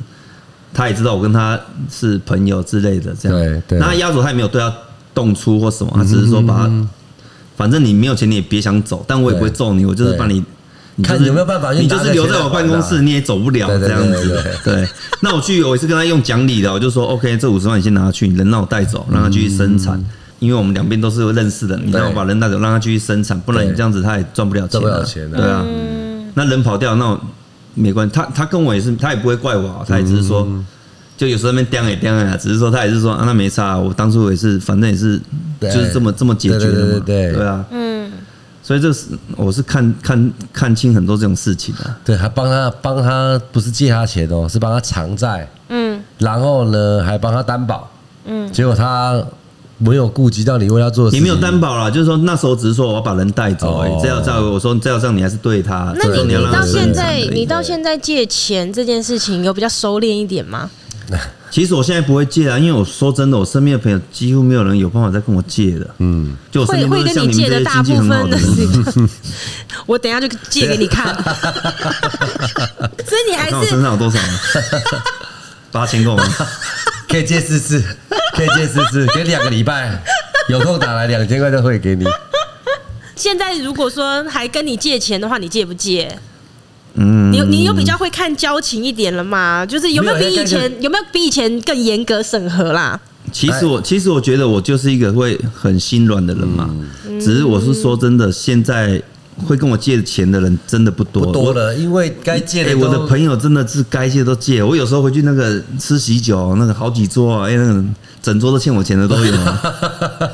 他也知道我跟他是朋友之类的，这样。
对嗯对
那他压走他也没有对他动粗或什么，他只是说把他，反正你没有钱你也别想走，但我也不会揍你，我就是把你。你就是
看有没有办法
你就
先打
是
在
留在我办公
前面
室，你也走不了
啊对对对
这样
对
子
对。
对，那我去，我也是跟他用讲理的，我就说 OK，这五十万你先拿去，你人让我带走，让他继续生产，因为我们两边都是认识的，你让我
嗯对
把人带走，让他继续生产，不然你
对
这样子他也赚不了钱、啊，
赚不了钱啊
对啊。
嗯
那人跑掉，那我没关系，他他跟我也是，他也不会怪我啊，他也只是说，
嗯
就有时候那边颠也颠啊，只是说他也是说啊，那没差啊，我当初也是，反正也是
对
就是这么这么解决的嘛，
对对对对对
对啊。
嗯，
所以这是我是看看看清很多这种事情啊，
对，还帮他帮他不是借他钱哦，是帮他偿债，
嗯，
然后呢还帮他担保，嗯，结果他没有顾及到你为他做的事情，
也没有担保啦，就是说那时候只是说我要把人带走而
哦
已，这要这样我说这要这样你还是对他，
那
只是
你
说要
你
让他
到
生
现
产
在
而已
你到现在借钱这件事情有比较收敛一点吗？
其实我现在不会借啊，因为我说真的，我身边的朋友几乎没有人有办法再跟我借的。嗯，就我身
会
边
会
都
跟
是像
你
你们
借
这
的
些
大
经济
部
很好
分
的
的
人。
是， 我等一下就借给你看。所以你 还
看我身
是
上有多少啊？ 八千够吗？
可以借四次，可以借四次，给两个礼拜，有空打来两千块就会给你。
现在如果说还跟你借钱的话，你借不借？
嗯，
你你有比较会看交情一点了吗？就是有没有
没有
比以
哎
要看
前有没有比以前更严格审核啦？
其实我其实我觉得我就是一个会很心软的人嘛，
嗯
只是我是说真的，现在会跟我借钱的人真的不多，
不多了，因为该借的
哎、
都、
我的朋友真的是该借都借。我有时候回去那个吃喜酒，那个好几桌啊，哎、那个整桌都欠我钱的都有啊。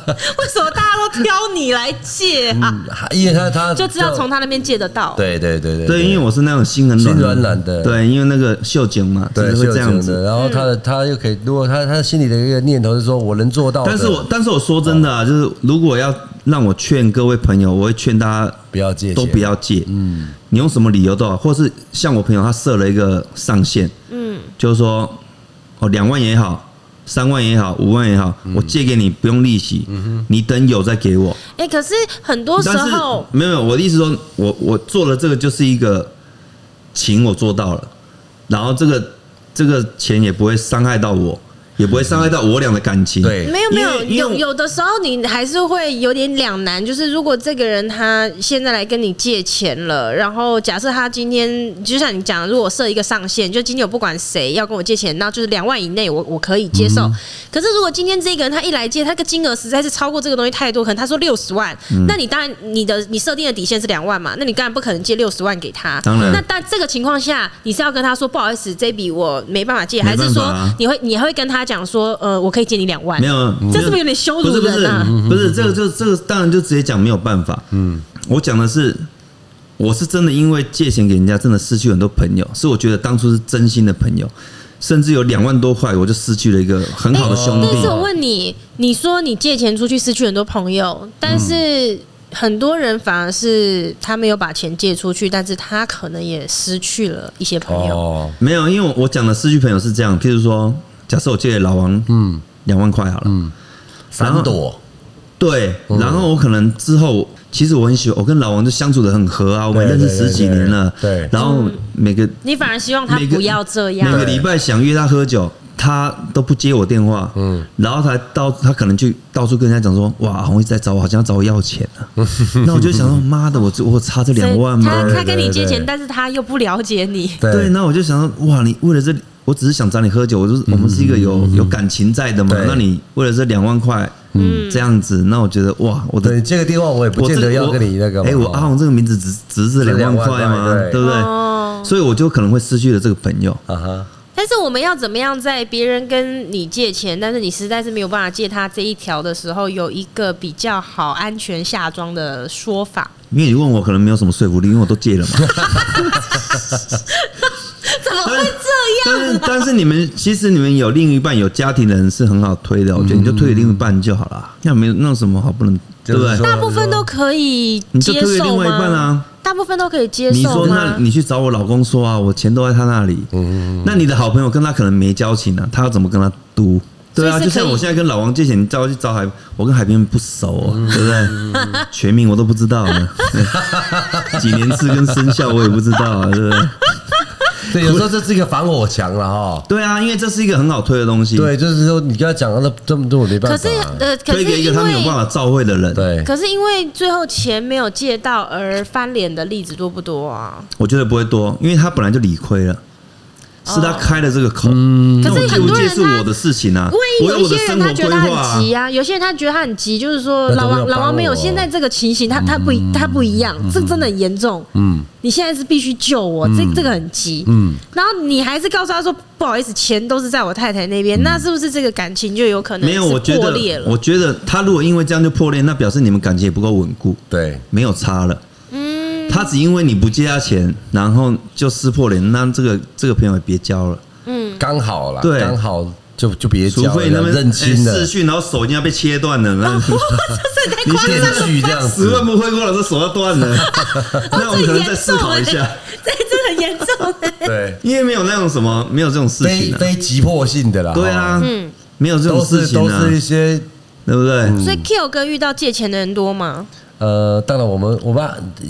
为什么大家都挑你来借啊？
嗯，因为他他
就知道从
他，
他那边借得到。
对对对对
对，因为我是那种心很软
心软软的
对，因为那个秀景嘛，就
对
是
是
会
有
这
这
样
样的，哦
子。
然后他的他又可以，如果他他心里的一个念头是说我能做到的，
但是我但是我说真
哦
的啊，就是如果要让我劝各位朋友，我会劝大家
不要借钱，
都不要借。嗯，你用什么理由都好，或是像我朋友他设了一个上限，嗯，就是说哦两万也好，三万也好，五万也好，
嗯
我借给你不用利息，你等有再给我。
哎、可是很多时
但是
候，
没有没有，我的意思说，我我做了这个就是一个情，我做到了，然后这个这个钱也不会伤害到我，也不会伤害到我俩的感情。
对
没有没有，
因为因
有
为
有的时候你还是会有点两难，就是如果这个人他现在来跟你借钱了，然后假设他今天就像你讲的，如果设一个上限，就今天我不管谁要跟我借钱，那就是两万以内我我可以接受。可是如果今天这个人他一来借，他个金额实在是超过这个东西太多，可能他说六十万，那你当然你的你设定的底线是两万嘛，那你当然不可能借六十万给他。
当然
那但这个情况下，你是要跟他说不好意思，这笔我没办法借，还
没办法啊
是说你会你还会跟他讲说，呃，我可以借你两万？
没有，
这
没
是不是有点羞
不是
辱
不是
人啊？
不是这个就这个当然就直接讲没有办法。嗯，我讲的是。我是真的因为借钱给人家，真的失去很多朋友，是我觉得当初是真心的朋友，甚至有两万多块，我就失去了一个很好的兄弟。
哦但是我问你，你说你借钱出去失去很多朋友，但是很多人反而是他没有把钱借出去，但是他可能也失去了一些朋友。
哦，
没有，因为我讲的失去朋友是这样，譬如说，假设我借给老王，嗯，两万块好了，嗯，
闪躲，
对，
哦
然后我可能之后，其实我很喜欢，我跟老王就相处的很和啊，我们
对
认识
对对
十几年了，
对对
然后每个
你反而希望他
每个
不要这
每个
样。
礼拜想约他喝酒，他都不接我电话，嗯，然后他到他可能去到处跟人家讲说，哇，红一直在找我，好像要找我要钱 啊，那我就想说，妈的，我这我差这
所以
两万吗？
他他跟你
对对
借钱，
对
但是他又不了解你。
对
对，那我就想说，哇，你为了这，我只是想找你喝酒，我就是我们是一个有有感情在的嘛
嗯对。
那你为了这两万块，嗯，这样子，那我觉得哇，我
对，
的
你借个电话我也不
我
见
这
得
个
要
我
跟你那个嘛，
哎，我阿
哦
红这个名字值值
值
这两
2万
万块吗
块？对
对不
哦
对？所以我就可能会失去了这个朋友。
啊哈，
但是我们要怎么样在别人跟你借钱，但是你实在是没有办法借他这一条的时候，有一个比较好安全下装的说法？
因为你问我，可能没有什么说服力，因为我都借了嘛。
怎 么会这样？
但是但是你们其实你们有另一半有家庭的人是很好推的，我觉得你就推给另一半就好了。那没有那有什么好不能
嗯就是
对不对
说
大部分都可以
呃你就
接
推给
受
另外一
吗？
半啊
大部分都可以接
你
受
说
吗
那？你去找我老公说啊，我钱都在他那里，
嗯
那你的好朋友跟他可能没交情啊，他要怎么跟他嘟？对啊，
所以是可以
就像我现在跟老王借钱，你叫我去找海，我跟海边不熟、
嗯
哦，对不对？全名我都不知道 呢，几年次跟生肖我也不知道、啊，对不对？
对，有时候这是一个防火墙了哈。
对啊，因为这是一个很好推的东西，
对，就是说你跟他讲那这么多，我没办
可
法
是
啊。
呃，可
推
是
给一个
因
他没有办
为
法照会的人，
对，
可是因为最后钱没有借到而翻脸的例子多不多啊？
我觉得不会多，因为他本来就理亏了。是他开了这个口，
哦可
嗯
那
是
我
很多
借不
人
借
他
是我的事情啊，
万一
我
有一
我的
些人
生活
他觉
规
得他
划啊
很，急啊，有些人他觉得他很急，就是说
那
老
都
王
没有
老
帮
王没有
我
现在这个情形，他他
嗯
不一他不一样，这真的很严重。嗯，你现在是必须救我，这这个很急。嗯，然后你还是告诉他说不好意思，钱都是在我太太那边，那是不是这个感情就有可能
嗯没有，我
是
觉
破裂
得，
了？
我觉得他如果因为这样就破裂，那表示你们感情也不够稳固，
对，
没有差了。嗯，他只因为你不借他钱，然后就撕破脸，那这个这个朋友也别交了，
嗯
刚好啦，
对
刚好就就别
除
讲
非你
了，
那边
认清
哎
了
视，讯，然后手已经要被切断了， 那
你电锯这样
十
子
万，不会过了，这手要断 了，那我们可能再思考一
这
下，
这这很严重的。
对，
因为没有那种什么，没有这种事
非
情啊，
非急迫性的啦。
对啊
哈，，
嗯
没有这种
都
事
是
情
都
啊
是，一些
对不对？
所以 Q 哥遇到借钱的人多吗？
嗯呃，当然我们我们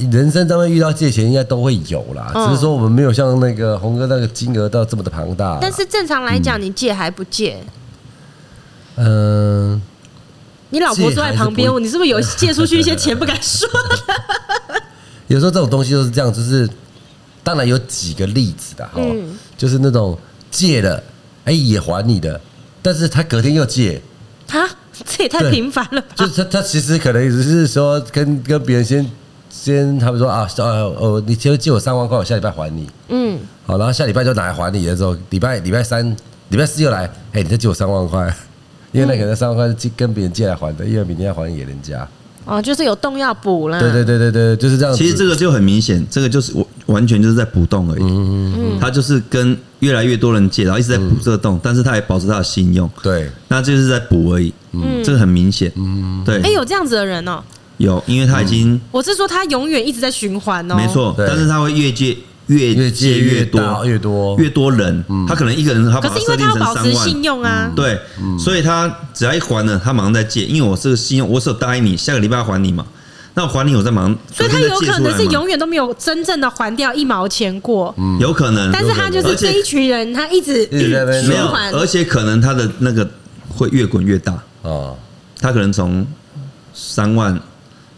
人生当中遇到借钱应该都会有啦，
嗯
只是说我们没有像那个红哥那个金额到这么的庞大啦。
但是正常来讲，你借还不借？
嗯，
你老婆
借
坐在
还是
旁边
不，
你是不是有借出去一些钱不敢 说？
有时候这种东西都是这样，就是当然有几个例子的哈，
嗯
就是那种借了，哎、也还你的，但是他隔天又借，
啊，这也太
对
频繁了吧！
就是他他其实可能只是说跟跟别人先先他们说啊，呃呃，你先借我三万块，我下礼拜还你，
嗯，
好，然后下礼拜就拿来还你的时候，礼拜礼拜三、礼拜四又来，哎，你再借我三万块， 因为那个人三万块是借跟别人借来还的，因为明天要还给人家，
哦，就是有洞要补啦。
对对对对对，就是这样子。
其实这个就很明显，这个就是我完全就是在补洞
嗯
而已。他就是跟越来越多人借，然后一直在补这个洞，但是他也保持他的信用，
对
那就是在补而已。
嗯
这个很明显。对
哎、，有这样子的人哦、
有，因为他已经
我是说他永远一直在循环哦、
没，错，
嗯对
但是他会越借越
越借
借
越大嗯
多
越多
越多人，他可能一个人他把
可
它
是因为
设
他
定
要
成
保持
三
信
万。
用
嗯
啊。
对，所以他只要一还了，他马上再借，因为我这个信用，我是有答应你下个礼拜要还你嘛，那我还你，我再马上，
所以他
隔天再
有
借
可
出
能
来
是
嘛
永远都没有真正的还掉一毛钱过，
有可能，
但是他就
而
是
且
这一群人，他一直
嗯一直在那边
没
循
有
环，。
而且可能他的那个会越滚越大，
啊，
他可能从三万、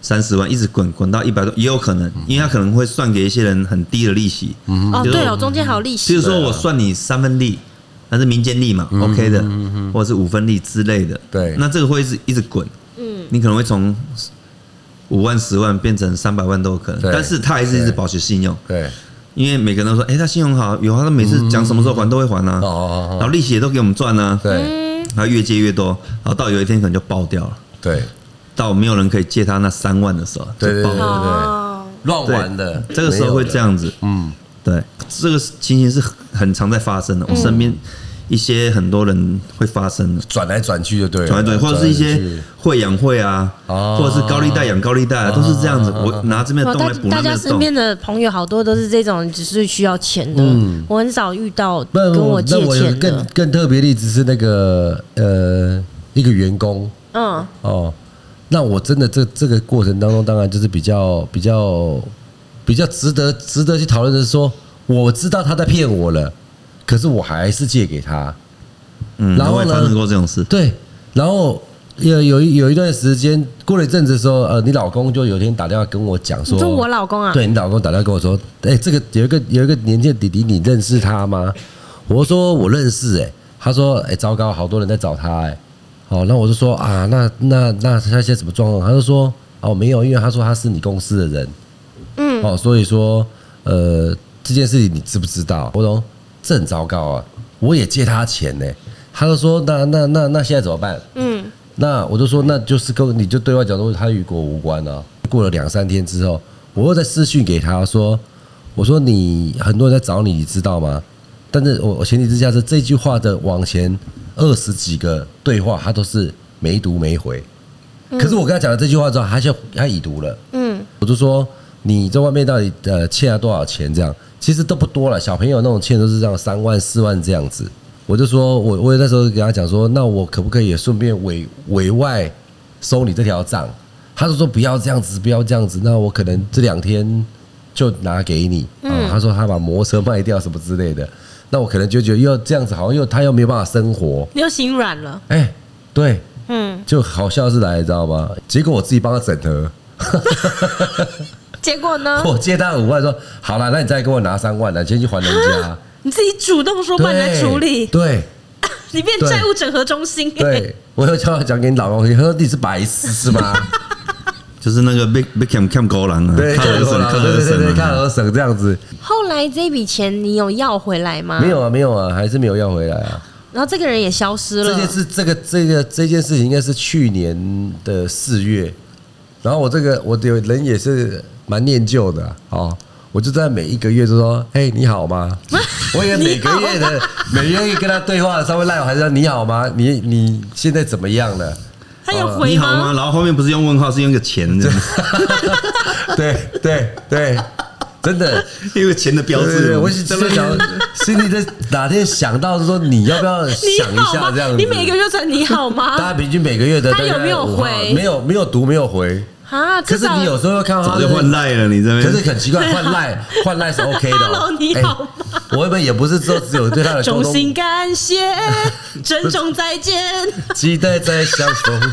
三十万一直滚滚到一百多，也有可能，因为他可能会算给一些人很低的利息，
嗯
哦，
比如
对哦，
说
中间还有利
比
息
如。说
啊
我算你三分利，那是民间利
嗯
嘛，OK 的，或者是五分利之类的，
对
那这个会一直一直滚，嗯，你可能会从。五万、十万变成三百万都有可能，
对
但是他还是一直
对
保持信用，
对，
因为每个人都说，哎、他信用好，有啊，他每次讲什么时候还都会还啊，
嗯哦哦
然后
哦，
利息也都给我们赚啊，
对
然后越借越多，然后到有一天可能就爆掉了，
对
到没有人可以借他那三万的时候，
对
就爆了。
哦，
乱玩的，
这个时候会这样子，
嗯，
对，这个情形是很很常在发生的。我身
嗯
边一些很多人会发生的，
转来转去就对了，
转来转去，或者是一
转来
些
转去
会养会啊，
哦
或者是高利贷养高利贷啊，都是这样子。我拿这边的
哇哦
洞
大
来补
大
那边
家
的
身
洞，
边的朋友好多都是这种，只是需要钱的。
嗯
我很少遇到
那
跟我借
那我有
钱
更
的。
更特别例子是那个呃一个员工
嗯，
哦，那我真的这这个过程当中，当然就是比较比较比较值得值得去讨论的是说，我知道他在骗我了，可是我还是借给他，
嗯，
然后
我也
呢
发生过这种事，
对，然后。有有一有一段时间，过了一阵子的时候，呃，你老公就有一天打电话跟我讲说，
你说我老公啊，
对你老公打电话跟我说，哎、这个有一个有一个年纪的弟弟，你认识他吗？我说我认识、哎，他说，哎、糟糕，好多人在找他、哎，好，那我就说啊，那那那他现在什么状况？他就说，哦，没有，因为他说他是你公司的人，嗯，哦，所以说，呃，这件事情你知不知道？我说这很糟糕啊，我也借他钱呢、哎他就说，那那那那现在怎么办？
嗯，
那我就说，那就是跟你就对外讲说他与国无关啊。过了两三天之后，我又在私讯给他说，我说你很多人在找你，你知道吗？但是我我前提之下是这句话的往前二十几个对话，他都是没读没回。可是我跟他讲了这句话之后，他就他已读了。嗯，我就说你在外面到底呃欠了多少钱？这样其实都不多了，小朋友那种欠都是这样三万四万这样子。我就说我我那时候给他讲说，那我可不可以也顺便委委外收你这条账？他就说不要这样子，不要这样子。那我可能这两天就拿给你。嗯，他说他把摩托车卖掉什么之类的。那我可能就觉得又这样子，好像又他又没有办法生活。
你又心软了，
哎、对，
嗯，
就好笑是来，你知道吗？结果我自己帮他整合，
结果呢？
我借他五万说，好了，那你再给我拿三万啊了，先去还人家。
你自己主动啊说不然来
对
处理，
对
你变
对
债务整合中心、欸
对，我又叫他讲给你老公听，他说你是白痴是 吗？
就是那个 Big Big Cam Cam 高狼啊，
对，
看河神，看
对对
河
对对，
神
看
啊，
河省这样子，
后来这笔钱你有要回来吗？
没有。啊没有啊，还是没有要回来啊。
然后这个人也消失
这
了
件。事，这个这个这件事情应该是去年的四月，然后我这个我有人也是蛮念旧的啊哦，我就在每一个月就说，嘿，你好吗？ 我也每个月的每个月跟他对话，稍微赖我还是说你好吗？你你现在怎么样了？
他有
呃
回
你好吗？
吗？
然后后面不是用问号，是用一个钱这样，
对对对，真 的。
用个钱的标
对对
志
对，
嘛。
我是真的想，心里在哪天想到说你要不要
你
想一
好
下
吗
这样？子？
你每个月传你好
大家
吗？
平均每个月的
他有没有
大概五号
回
没有没有读没有回，
啊，
可
至
是
少
你有时候会看到他
早就换
赖，
赖了，你这边
可是很 奇怪，换赖换赖是 OK 的哦。
Hello，你好吗
哎我原本也不是说只有对他的 沟
衷心
通，
感 谢，珍重再见。
期待再相逢。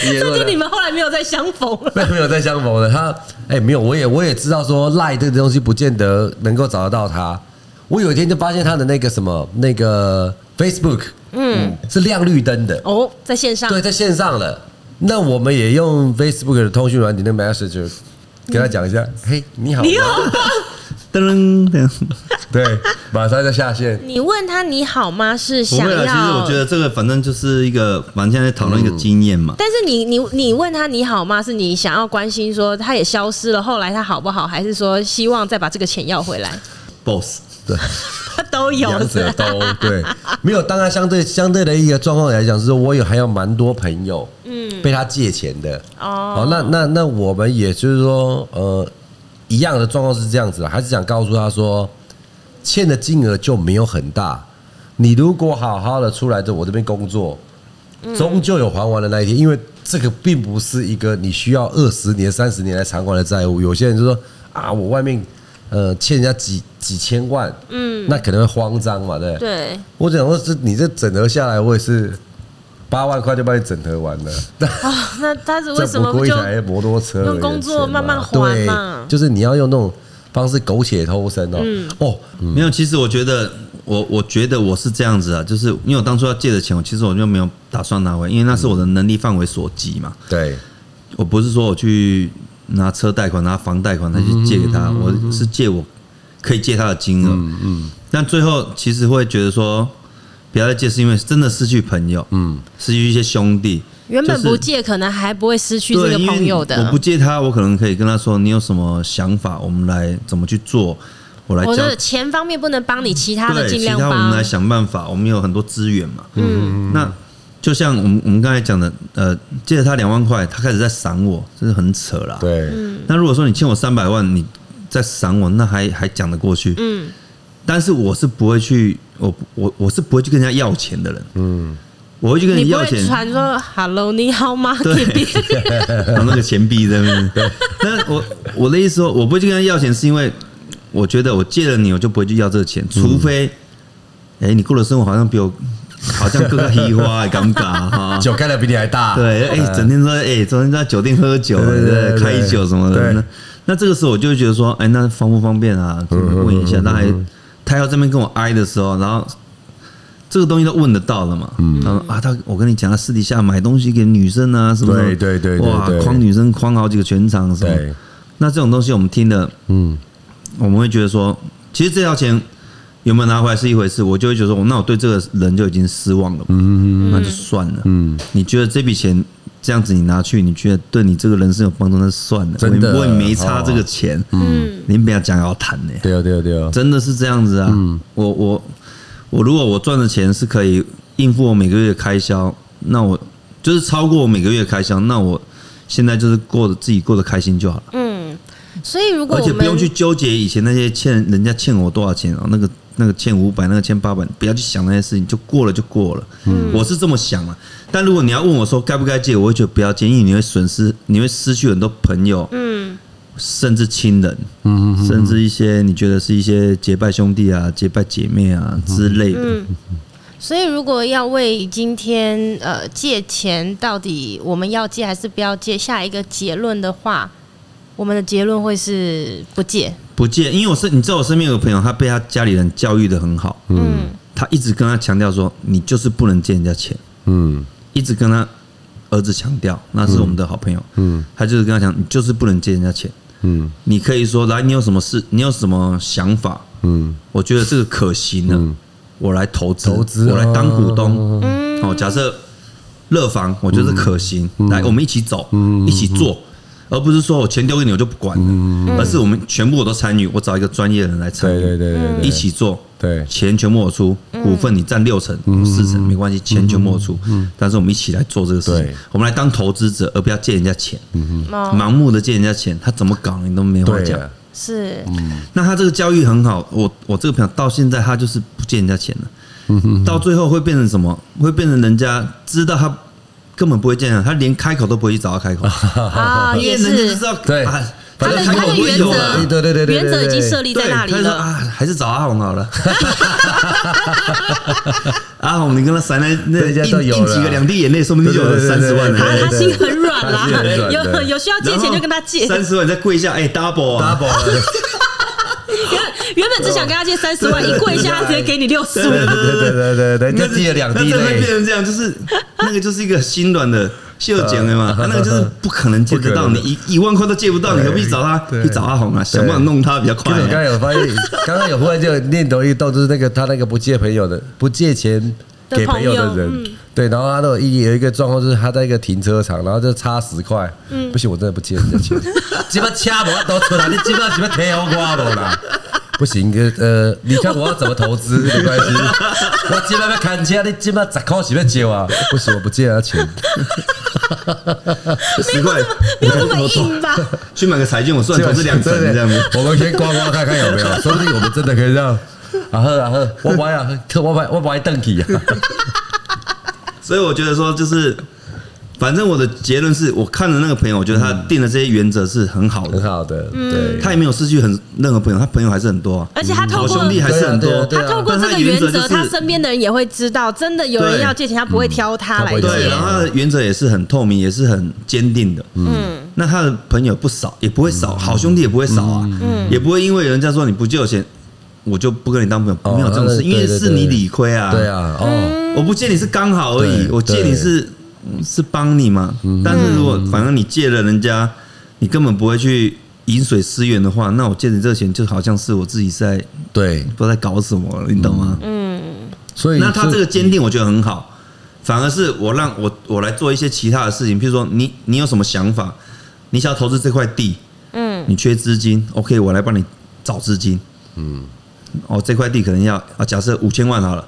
也
这
有
就
的
你们后来没有再相逢了。
没有没有再相逢的，他哎、没有，我也我也知道说赖这个东西不见得能够找得到他。我有一天就发现他的那个什么那个 Facebook，嗯，是亮绿灯的，
哦，在线上
对，在线上了。那我们也用 Facebook 的通讯软体那个 Messenger 给他讲一下，嘿，你好
嗯
吗，
你好吗？
噔噔。
对，马上就下线。
你问他你好吗？是
不
想
会
要？
了，其实我觉得这个反正就是一个，反正现在讨论一个经验嘛。
但是你你你问他你好吗？是你想要关心说他也消失了，后来他好不好？还是说希望再把这个钱要回来？
Boss，
对，
他都有
两
是
者
吧
都对，没有。当然，相对相对的一个状况来讲，是我有还有蛮多朋友，嗯，被他借钱的。
哦，
好，那那那我们也就是说，呃，一样的状况是这样子的，还是想告诉他说，欠的金额就没有很大。你如果好好的出来在我这边工作，终究有还完的那一天，因为这个并不是一个你需要二十年、三十年来偿还的债务。有些人就说啊，我外面呃欠人家几几千万，嗯，那可能会慌张嘛，对不对？
对，
我讲说是你这整合下来，我也是八万块就帮你整合完了。
哦，那他是为什
这
么不
不过一
就
台摩托车而已
用工作慢慢还
对
嘛
就是你要用那种方式苟且偷生哦。哦，
没有，其实我觉得，我我觉得我是这样子啊，就是因为我当初要借的钱，我其实我就没有打算拿回，因为那是我的能力范围所及嘛。
对，
我不是说我去拿车贷款、拿房贷款再去借给他，我是借我可以借他的金额。嗯但最后其实会觉得说，不要再借，是因为真的失去朋友，嗯，失去一些兄弟。
原本
就
不
是
借，可能还不会失去这
哎对，
个
因为
朋友的。
我不借他，我可能可以跟他说，你有什么想法，我们来怎么去做，我来
我
教
的钱方面不能帮你，其他的
对，
尽
其
量
他我们
帮
来。想办法，我们有很多资源嘛。嗯，那就像我们我们刚才讲的，呃，借了他两万块，他开始在闪我，这是很扯啦。，
对，
那如果说你欠我三百万，你再闪我，那还还讲得过去。嗯，但是我是不会去，我我我是不会去跟人家要钱的人。嗯，我会去跟
你
人
不
家要
会
钱，
传说 “hello，你好吗”给
对
别人？
然后那个钱币在那边。那我我的意思说，我不会去跟他要钱，是因为我觉得我借了你，我就不会去要这个钱，除非，哎、你过的生活好像比我好像更加 黑花，尴尬哈。
酒开的比你还大。
对，哎、整天说，哎、整天在酒店喝酒，
啊呃对对对对
开酒什么的。
对
那那这个时候我就会觉得说，哎、那方不方便啊？
嗯
问一下，那还他要这边跟我挨的时候，然后这个东西都问得到了嘛？
嗯
他说啊，他我跟你讲，他私底下买东西给女生啊，什么什么
对对对对
哇
对，
诓女生诓好几个全场什么
对。
那这种东西我们听了，嗯，我们会觉得说，其实这条钱有没有拿回来是一回事，我就会觉得说，那我对这个人就已经失望了，嗯，那就算了，嗯，你觉得这笔钱这样子你拿去，你觉得对你这个人生有帮助，那算了，我
真的
也我也没差这个钱，嗯，你不要讲要谈呢，
对哦，对哦，对哦，
真的是这样子啊！我我我如果我赚的钱是可以应付我每个月的开销，那我就是超过我每个月的开销，那我现在就是过得自己过得开心就好了，
嗯所以如果
而
我
且
们
不用去纠结以前那些欠人家欠我多少钱哦，那个那个欠五百，那个欠八百，不要去想那些事情，就过了就过了。我是这么想啊。但如果你要问我说该不该借，我会觉得不要借，因为你会损失，你会失去很多朋友，嗯，甚至亲人，嗯，甚至一些你觉得是一些结拜兄弟啊、结拜姐妹啊之类的。
所以，如果要为今天呃借钱，到底我们要借还是不要借下一个结论的话，我们的结论会是不借。
不借，因为我身你知道我身边有个朋友，他被他家里人教育的很好，嗯，他一直跟他强调说，你就是不能借人家钱，
嗯
一直跟他儿子强调，那是我们的好朋友，
嗯
他就是跟他讲，你就是不能借人家钱，
嗯
你可以说来，你有什么事，你有什么想法，
嗯，
我觉得这个可行的，我来投资，
投资啊嗯
我来当股东，哦，假设乐房，我觉得可行，来，我们一起走，
嗯
一起做。而不是说我钱丢给你我就不管了，而是我们全部我都参与，我找一个专业的人来参
嗯对
与，
对对对对，
一起做，
对
钱全部我出，股份你占六成、四成没关系，钱全部我出，但是我们一起来做这个事
对
情，我们来当投资者，而不要借人家钱，
哦，
盲目的借人家钱，他怎么搞你都没话
对
讲。
啊，
是，
那他这个教育很好，我我这个朋友到现在他就是不借人家钱了，到最后会变成什么？会变成人家知道他根本不会借人，他连开口都不会去找他开口，
啊，
因为
也
人家就是知道
对
啊
他
反
的
正
他
开口
的
不会
原
有啊
则，
对对对对对
原则已经设立
对，
在那里
他说
了。
啊，还是找阿红好了。 阿红，你跟他闪来那
人家都
印
有
印
了
几个两滴眼泪，说不定就有
对对
三
对
十万
对
他
对
他
了。
心很软啦
他心很，软
有
对
有需要借钱就跟他借。
三十万，你再跪下，哎，double 啊
double 了
原本只想跟他借三十万，一跪下他直接给你六十
对
五。
对对对对对，
那
就滴了两滴
那真的会
泪
变，成这样，就是那个就是一个心软的秀姐妹 嘛，他那个就是不可能借得到，
不可
你
能
一一万块都借不到，你何必找他？
对
你找阿红啊，想办法弄他比较快
可是我刚才
啊。
有发现，刚刚有忽然就念头一动，就是那个他那个不借朋友的，不借钱给朋友嗯的
的
人，对，然后他都有一有一个状况，就是他在一个停车场，然后就差十块，不行，我真的不借人家钱，鸡巴掐我都出来，你鸡巴什么天花瓜我啦。不行，呃，你看我要怎么投资没关系，我鸡巴要砍价，你鸡巴十块是要借啊？不行，我不借他钱。
十 块，
没有这么硬吧？
去买个彩券，我算投资两成这样子。
我们先刮刮看看有没 有，说不定我们真的可以让啊喝啊喝，我买啊，我买我买邓 体啊，
所以我觉得说，就是反正我的结论是我看了那个朋友，我觉得他定的这些原则是很好
很
的，
好的，对，
他也没有失去很任何朋友，他朋友还是很多啊，
而且哎他透
好
过
兄弟还是很多。
对啊
他透过这个原则，他身边的人也会知道，真的有人
对
要借钱，他不会挑他
他
来
不会
借
挑。
对，然后他的原则也是很透明，也是很坚定的。嗯，那他的朋友不少，也不会
嗯
少，好兄弟也不会少啊，也不会因为人家说你不借我钱，我就不跟你当朋友，没有这种
哦
事，因为是你理亏啊。
对，啊，哦，
我不借你是刚好而已，
对嗯
我借你是是帮你嘛。但是如果反正你借了人家，你根本不会去饮水思源的话，那我借你这个钱就好像是我自己在
对，
不知道在搞什么，你懂吗？
所以
那他这个坚定，我觉得很好。反而是我让我我来做一些其他的事情，譬如说你你有什么想法，你想要投资这块地，嗯，你缺资金，OK，我来帮你找资金，嗯，哦，这块地可能要啊，假设五千万好了，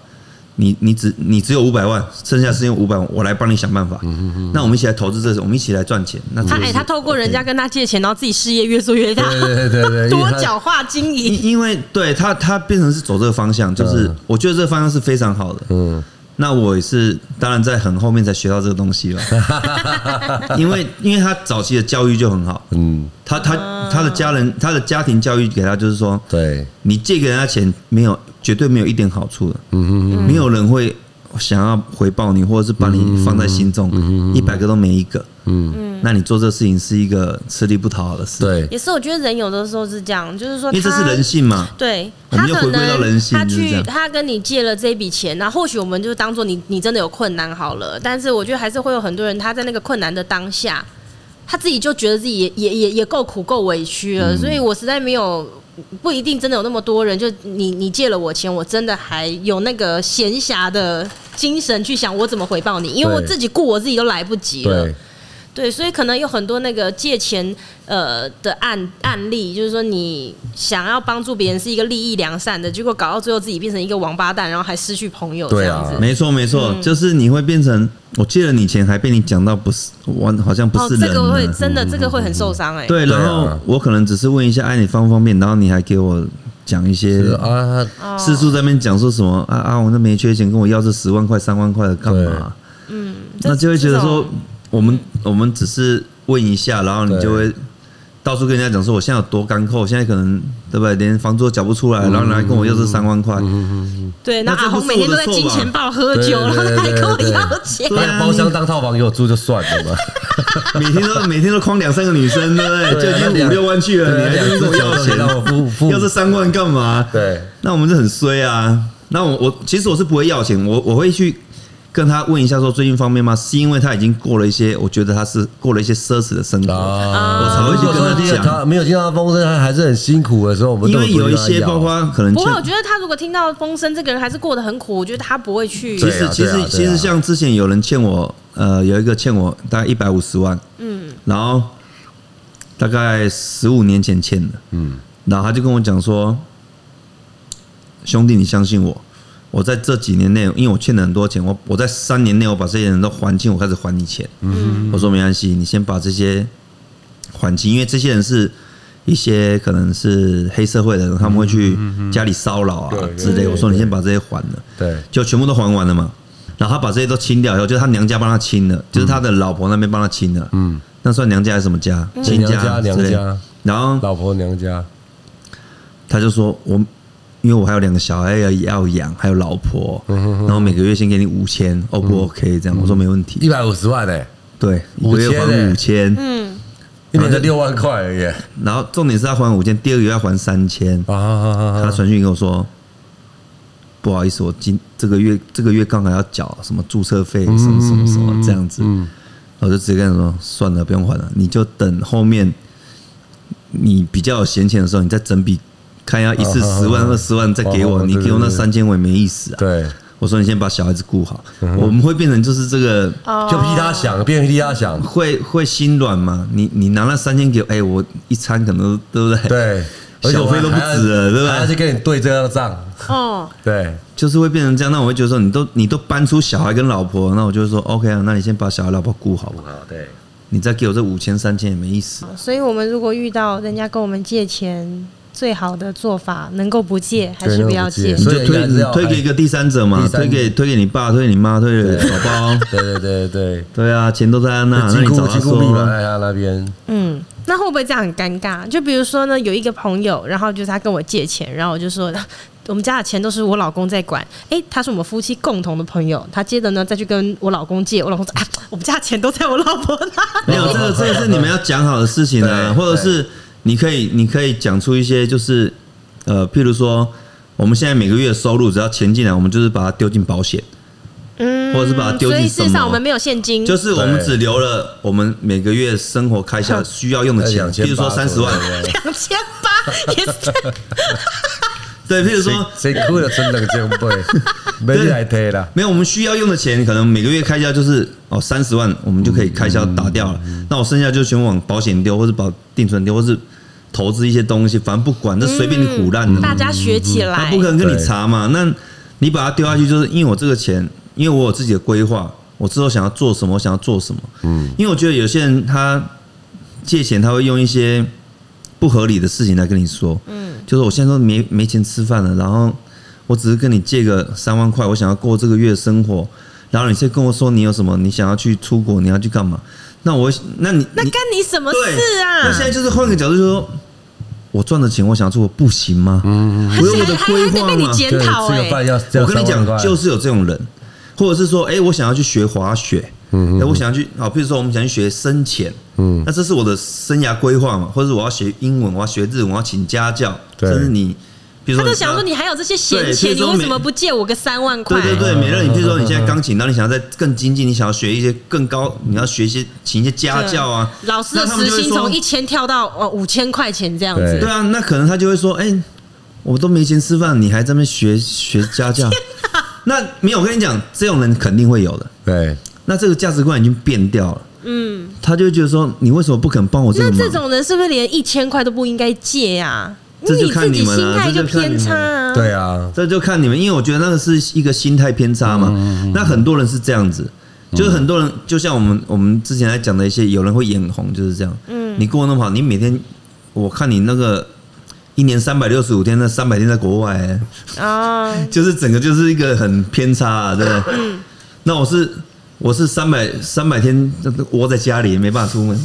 你你只你只有五百万，剩下是用五百万，我来帮你想办法，
嗯
那我们一起来投资这个，我们一起来赚钱，那这
他
个
哎，
是
他透过人家跟他借钱，然后自己事业越做越大，
对对对对，
多狡猾经营。
因因为对他他变成是走这个方向，就是我觉得这个方向是非常好的，
嗯，
那我也是，当然在很后面才学到这个东西了， 因为因为他早期的教育就很好，
嗯，
他他他的家人他的家庭教育给他就是说，
对，
你借给人家钱没有绝对没有一点好处的，嗯嗯，没有人会想要回报你，或者是把你放在心
嗯
中，一百个都没一个，嗯，那你做这个事情是一个吃力不讨好的事，，
对，
也是，我觉得人有的时候是这样，就是说
因为这
他
是人性嘛，
对
我
他
们又
可
回归到
能
人性
他
就是这
去
样
他跟你借了这笔钱，那或许我们就当做你你真的有困难好了。但是我觉得还是会有很多人他在那个困难的当下，他自己就觉得自己也也也也够苦够委屈
嗯
了，所以我实在没有。不一定真的有那么多人，就你你借了我钱，我真的还有那个闲暇的精神去想我怎么回报你，因为我
对
自己顾我自己都来不及了
对。，
对，所以可能有很多那个借钱呃的案案例，就是说你想要帮助别人是一个利益良善的，结果搞到最后自己变成一个王八蛋，然后还失去朋友这
对
样
啊
子。
没错没错，
嗯
就是你会变成，我借了你钱还被你讲到不是，我好像不
哦
是，人啊
这个会
了
真的，这个会很受伤哎、
对，
对
然
啊
后我可能只是问一下，哎，你方不方便？然后你还给我讲一些
是啊，哦
四处在那边讲说什么啊啊，我那没缺钱，跟我要这十万块、三万块的干嘛？那就会觉得说，我们我们只是问一下，然后你
对
就会到处跟人家讲说，我现在有多干扣，我现在可能对不对，连房租都缴不出
嗯
来，然后你还跟我要这三万块，
对，那
那这
阿红
不是
每天都
我
在
的错
金
吧
钱豹喝酒，
对
然后
对
还
对
跟我
对
要钱，
对啊
那包厢当套房给我住就算了 嘛，
每天都每天都框两三个女生，对不对？就
对啊那
已经五
两
六万去了，
对
你
啊
还在那边跟我
两
要
只脚都让我付
钱，
付
要这三万干嘛？
对，
那我们就很衰啊。那我我其实我是不会要钱，我我会去跟他问一下说最近方便吗？是因为他已经过了一些，我觉得他是过了一些奢侈的生活，
啊，
我才会
如果
去
说
跟
今天
他讲。
他没有听到风声，他还是很辛苦的时候，我们
因
都
为有一
注意
些
到他
包
要
括可能
不
欠
过我觉得他如果听到风声，这个人还是过得很苦，我觉得他不会去。
对
其
啊
实其
对
实
啊
其实像之前有人欠我，呃，有一个欠我大概一百五十万，嗯，然后大概十五年前欠的，嗯，然后他就跟我讲说，兄弟，你相信我，我在这几年内，因为我欠了很多钱，我我在三年内我把这些人都还清，我开始还你钱，嗯，我说没关系，你先把这些还清，因为这些人是。一些可能是黑社会的人，他们会
嗯
去家里骚扰啊
对对
之类。我说你先把这些还了，
对
就全部都还完了嘛。然后他把这些都清掉以后，就是他娘家帮他
嗯
清了，就是他的老婆那边帮他清了。嗯，那算娘家还是什么家？亲
嗯娘
家
家
之类
娘家。
然后
老婆娘家，
他就说：“我因为我还有两个小孩要要养，还有老婆，
嗯
然后每个月先给你五千，O 不 OK？这样我说没问
一
题。
百五十万哎，
对，一个月
5000欸
还五千，
一年就六万块而已欸
然后重点是他还五千，第二个月要还三千。
啊啊啊啊
他
啊！
传讯跟我说：“不好意思，我今这个月这个月刚好要缴什么注册费，
嗯
什么什么什么这样子。”我就直接跟他说：“算了，不用还了，你就等后面你比较有闲钱的时候，你再整笔看要一次
啊
十万、二十万再给
啊啊
我。
啊
你
对
给我那
对对
三千，我也没意思啊。”
对，嗯
我说：“你先把小孩子顾好。”我们会变成就是这个
哦
就逼他想，变成逼他想，
会会心软嘛？你你拿那三千给我，哎，我一餐可能都对 不对？
对，而且
小
我
费都不
还要
止了对不对
还要去跟你啊对这样的账，
哦，
对，
就是会变成这样。那我会觉得说，你都你都搬出小孩跟老婆，那我就会说 OK 啊，那你先把小孩老婆顾好吧，
好，哦对，
你再给我这五千三千也没意思。
所以我们如果遇到人家跟我们借钱，最好的做法能够不借还
对
是
能
不
够
要
不借
借
你
所以
就推
还是要
推给一个第三者嘛
第，三
推给推给你爸，推给你妈，推给宝宝。
对对对对
对啊，钱都在他那，
对，
那
金
你
库
找他
金库密码
说，
在他那边，
嗯，那会不会这样很尴尬？就比如说呢，有一个朋友，然后就是他跟我借钱，然后我就说。 我们家的钱都是我老公在管，诶，他是我们夫妻共同的朋友，他接着呢再去跟我老公借，我老公说啊，我们家的钱都在我老婆那，
没有 这个，这个是你们要讲好的事情啊，
对
或者是你可以你可以讲出一些就是呃，譬如说我们现在每个月的收入只要钱进来，我们就是把它丢进保险，
嗯，
或者是把它丢
所以
进
事
什
实
么
上我们没有现金，
就是我们
对
只留了我们每个月生活开销需要用的钱，
2800
譬如说三十万，
两千八也是
对，譬
谁
如说
谁哭了存两千 倍，没你来推啦，
没有我们需要用的钱，可能每个月开销就是哦三十万，我们就可以开销打掉了。那我剩下就全往保险丢，或是保定存丢，或是投资一些东西，反正不管，那随便你胡乱的，
大家学起 来，
嗯他不可能跟你
对
查嘛。那你把它丢下去，就是因为我这个钱，因为我有自己的规划，我之后想要做什么，我想要做什么。嗯，因为我觉得有些人他借钱，他会用一些不合理的事情来跟你说。嗯，就是我现在都没没钱吃饭了，然后我只是跟你借个三万块，我想要过这个月的生活，然后你却跟我说你有什么，你想要去出国，你要去干嘛？那我，那你
那
你
干你什么
对，
事
那
啊？
现在就是换个角度，就说我赚的钱，我想要出国，不行吗？我有我的规
还还还
划
被你
嘛。
检
对，
讨
吃
哎
个，饭要，
我跟你讲，就是是有这种人，或者是说，哎、我想要去学滑雪，嗯，我想要去，好，比如说我们想去学深潜，嗯，那这是我的生涯规划嘛，或者我要学英文，我要学日文，我要请家教，
对
甚至你，比如
他
说
都
你
想说你还有这些闲
对
钱，
所以
你
说
为什
每
么不借我个三万块
对？对对，美乐，你譬如说你现在钢琴，然后你想要再更精进，你想要学一些更高，你要学一些请一些家教啊，
老师的
那他们
时
就会
薪
说
从一千跳到呃五千块钱这样
对
子
对，啊，那可能他就会说，哎、我都没钱吃饭，你还在那边学学家教。那没有，我跟你讲，这种人肯定会有的。
对
那这个价值观已经变掉了。嗯，他就会觉得说你为什么不肯帮我这
那
个
这
忙？
种人是不是连一千块都不应该借呀、因
这
为
就
你
看
自己
你们
心
了
态
这就看
偏
你们
差啊。
对啊，
这就看你们，因为我觉得那个是一个心态偏差嘛。那很多人是这样子，就是很多人就像我们我们之前来讲的一些，有人会眼红就是这样。嗯，你过得那么好，你每天我看你那个一年三百六十五天，那三百天在国外、欸
啊，
就是整个就是一个很偏差、啊，真 的。那我是我是三百三百天窝在家里，没办法出门，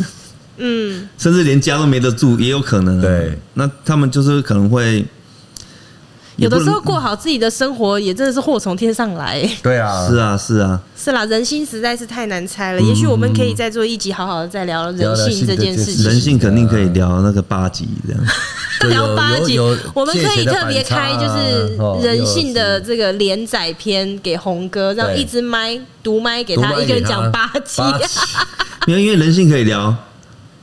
嗯，
甚至连家都没得住，也有可能、啊。
对，
那他们就是可能会
有的时候
也不
过好自己的生活也真的是祸从天上来。
对啊，
能是啊是啊，
是啦，人心实在是太难猜了。也许我们可以再做一集，好好的再聊人性这件事
是聊聊
人
情。
性肯定可以聊那个八级这样。
对有
聊八集
有有，
我们可以特别开
借钱的反差啊
就是
哦
人性的这个连载篇给红哥，让
对
一支麦独麦给
有
他一个人讲八集。
八集
没有，因为人性可以聊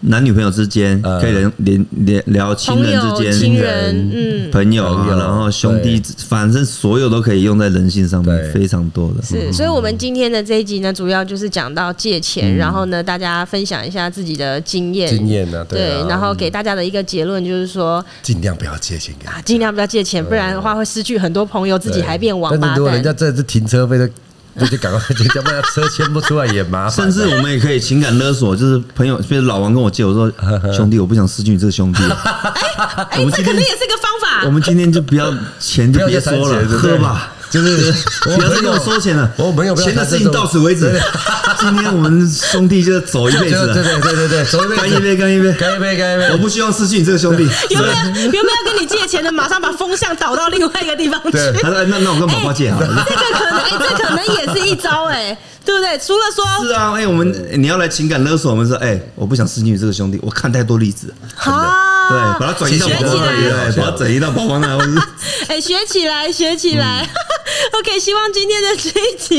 男女朋友之间，
呃
可以聊连连聊亲
朋
人
友、
之间、
亲人，嗯，
朋友
朋友
啊，然后兄弟
对，
反正所有都可以用在人性上
对
面，非常多的。
嗯
是。所以，我们今天的这一集呢，主要就是讲到借钱，然后呢，大家分享一下自己的经验，
嗯经验啊，
对
对啊，，
然后给大家的一个结论就是说，
尽量不要借钱给人
啊，尽量不要借钱，不然的话会失去很多朋友，自己还变王
但
八
是如果人家
蛋。
这次停车费的，那就赶快，人家不然车牵不出来也麻烦。
甚至我们也可以情感勒索，就是朋友，比如老王跟我借，我说兄弟，我不想失去你这个兄弟，
哎，这可能也是个方
我
法。
们今天就不要钱就别说了，喝吧，，
就是
不要再跟我收钱了，
我朋友不要
钱的
谈这
事
种
情到此为止， 今天我们兄弟就走一辈
对
子
对对
了，
对对对，所以
干一杯，干一杯，
干一杯，干一杯，
我不希望失去你这个兄弟。
原 本要原本要跟你借钱的，马上把风向导到另外一个地方去。
对
他说：“那那我跟宝宝借好了。
这个可能，哎，这可能也是一招，哎，对不对？除了说”
是啊，哎，我们哎你要来情感勒索，我们说，哎，我不想失去你这个兄弟，我看太多例子了，
啊，
对，把它转移到宝
学
宝
起
那里，
来，
对把它转移到宝宝那里，或者是
哎，学起来，学起来。OK，希望今天的这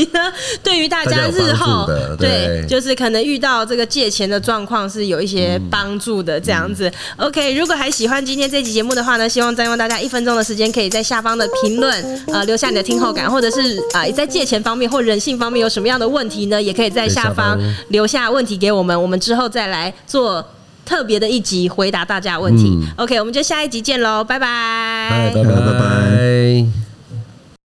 一集呢，对于大
大
家
家有
日后
帮助的对
就是可能遇到这个借钱的状况是有一些帮助的这样子。OK，如果还喜欢今天这期节目的话呢，希望占用大家一分钟的时间，可以在下方的评论呃留下你的听后感，或者是啊、呃在借钱方面或人性方面有什么样的问题呢，也可以在下方
在下
留下问题给我们，我们之后再来做。特别的一集回答大家的问题、OK，我们就下一集见喽，拜拜
拜拜
拜
拜。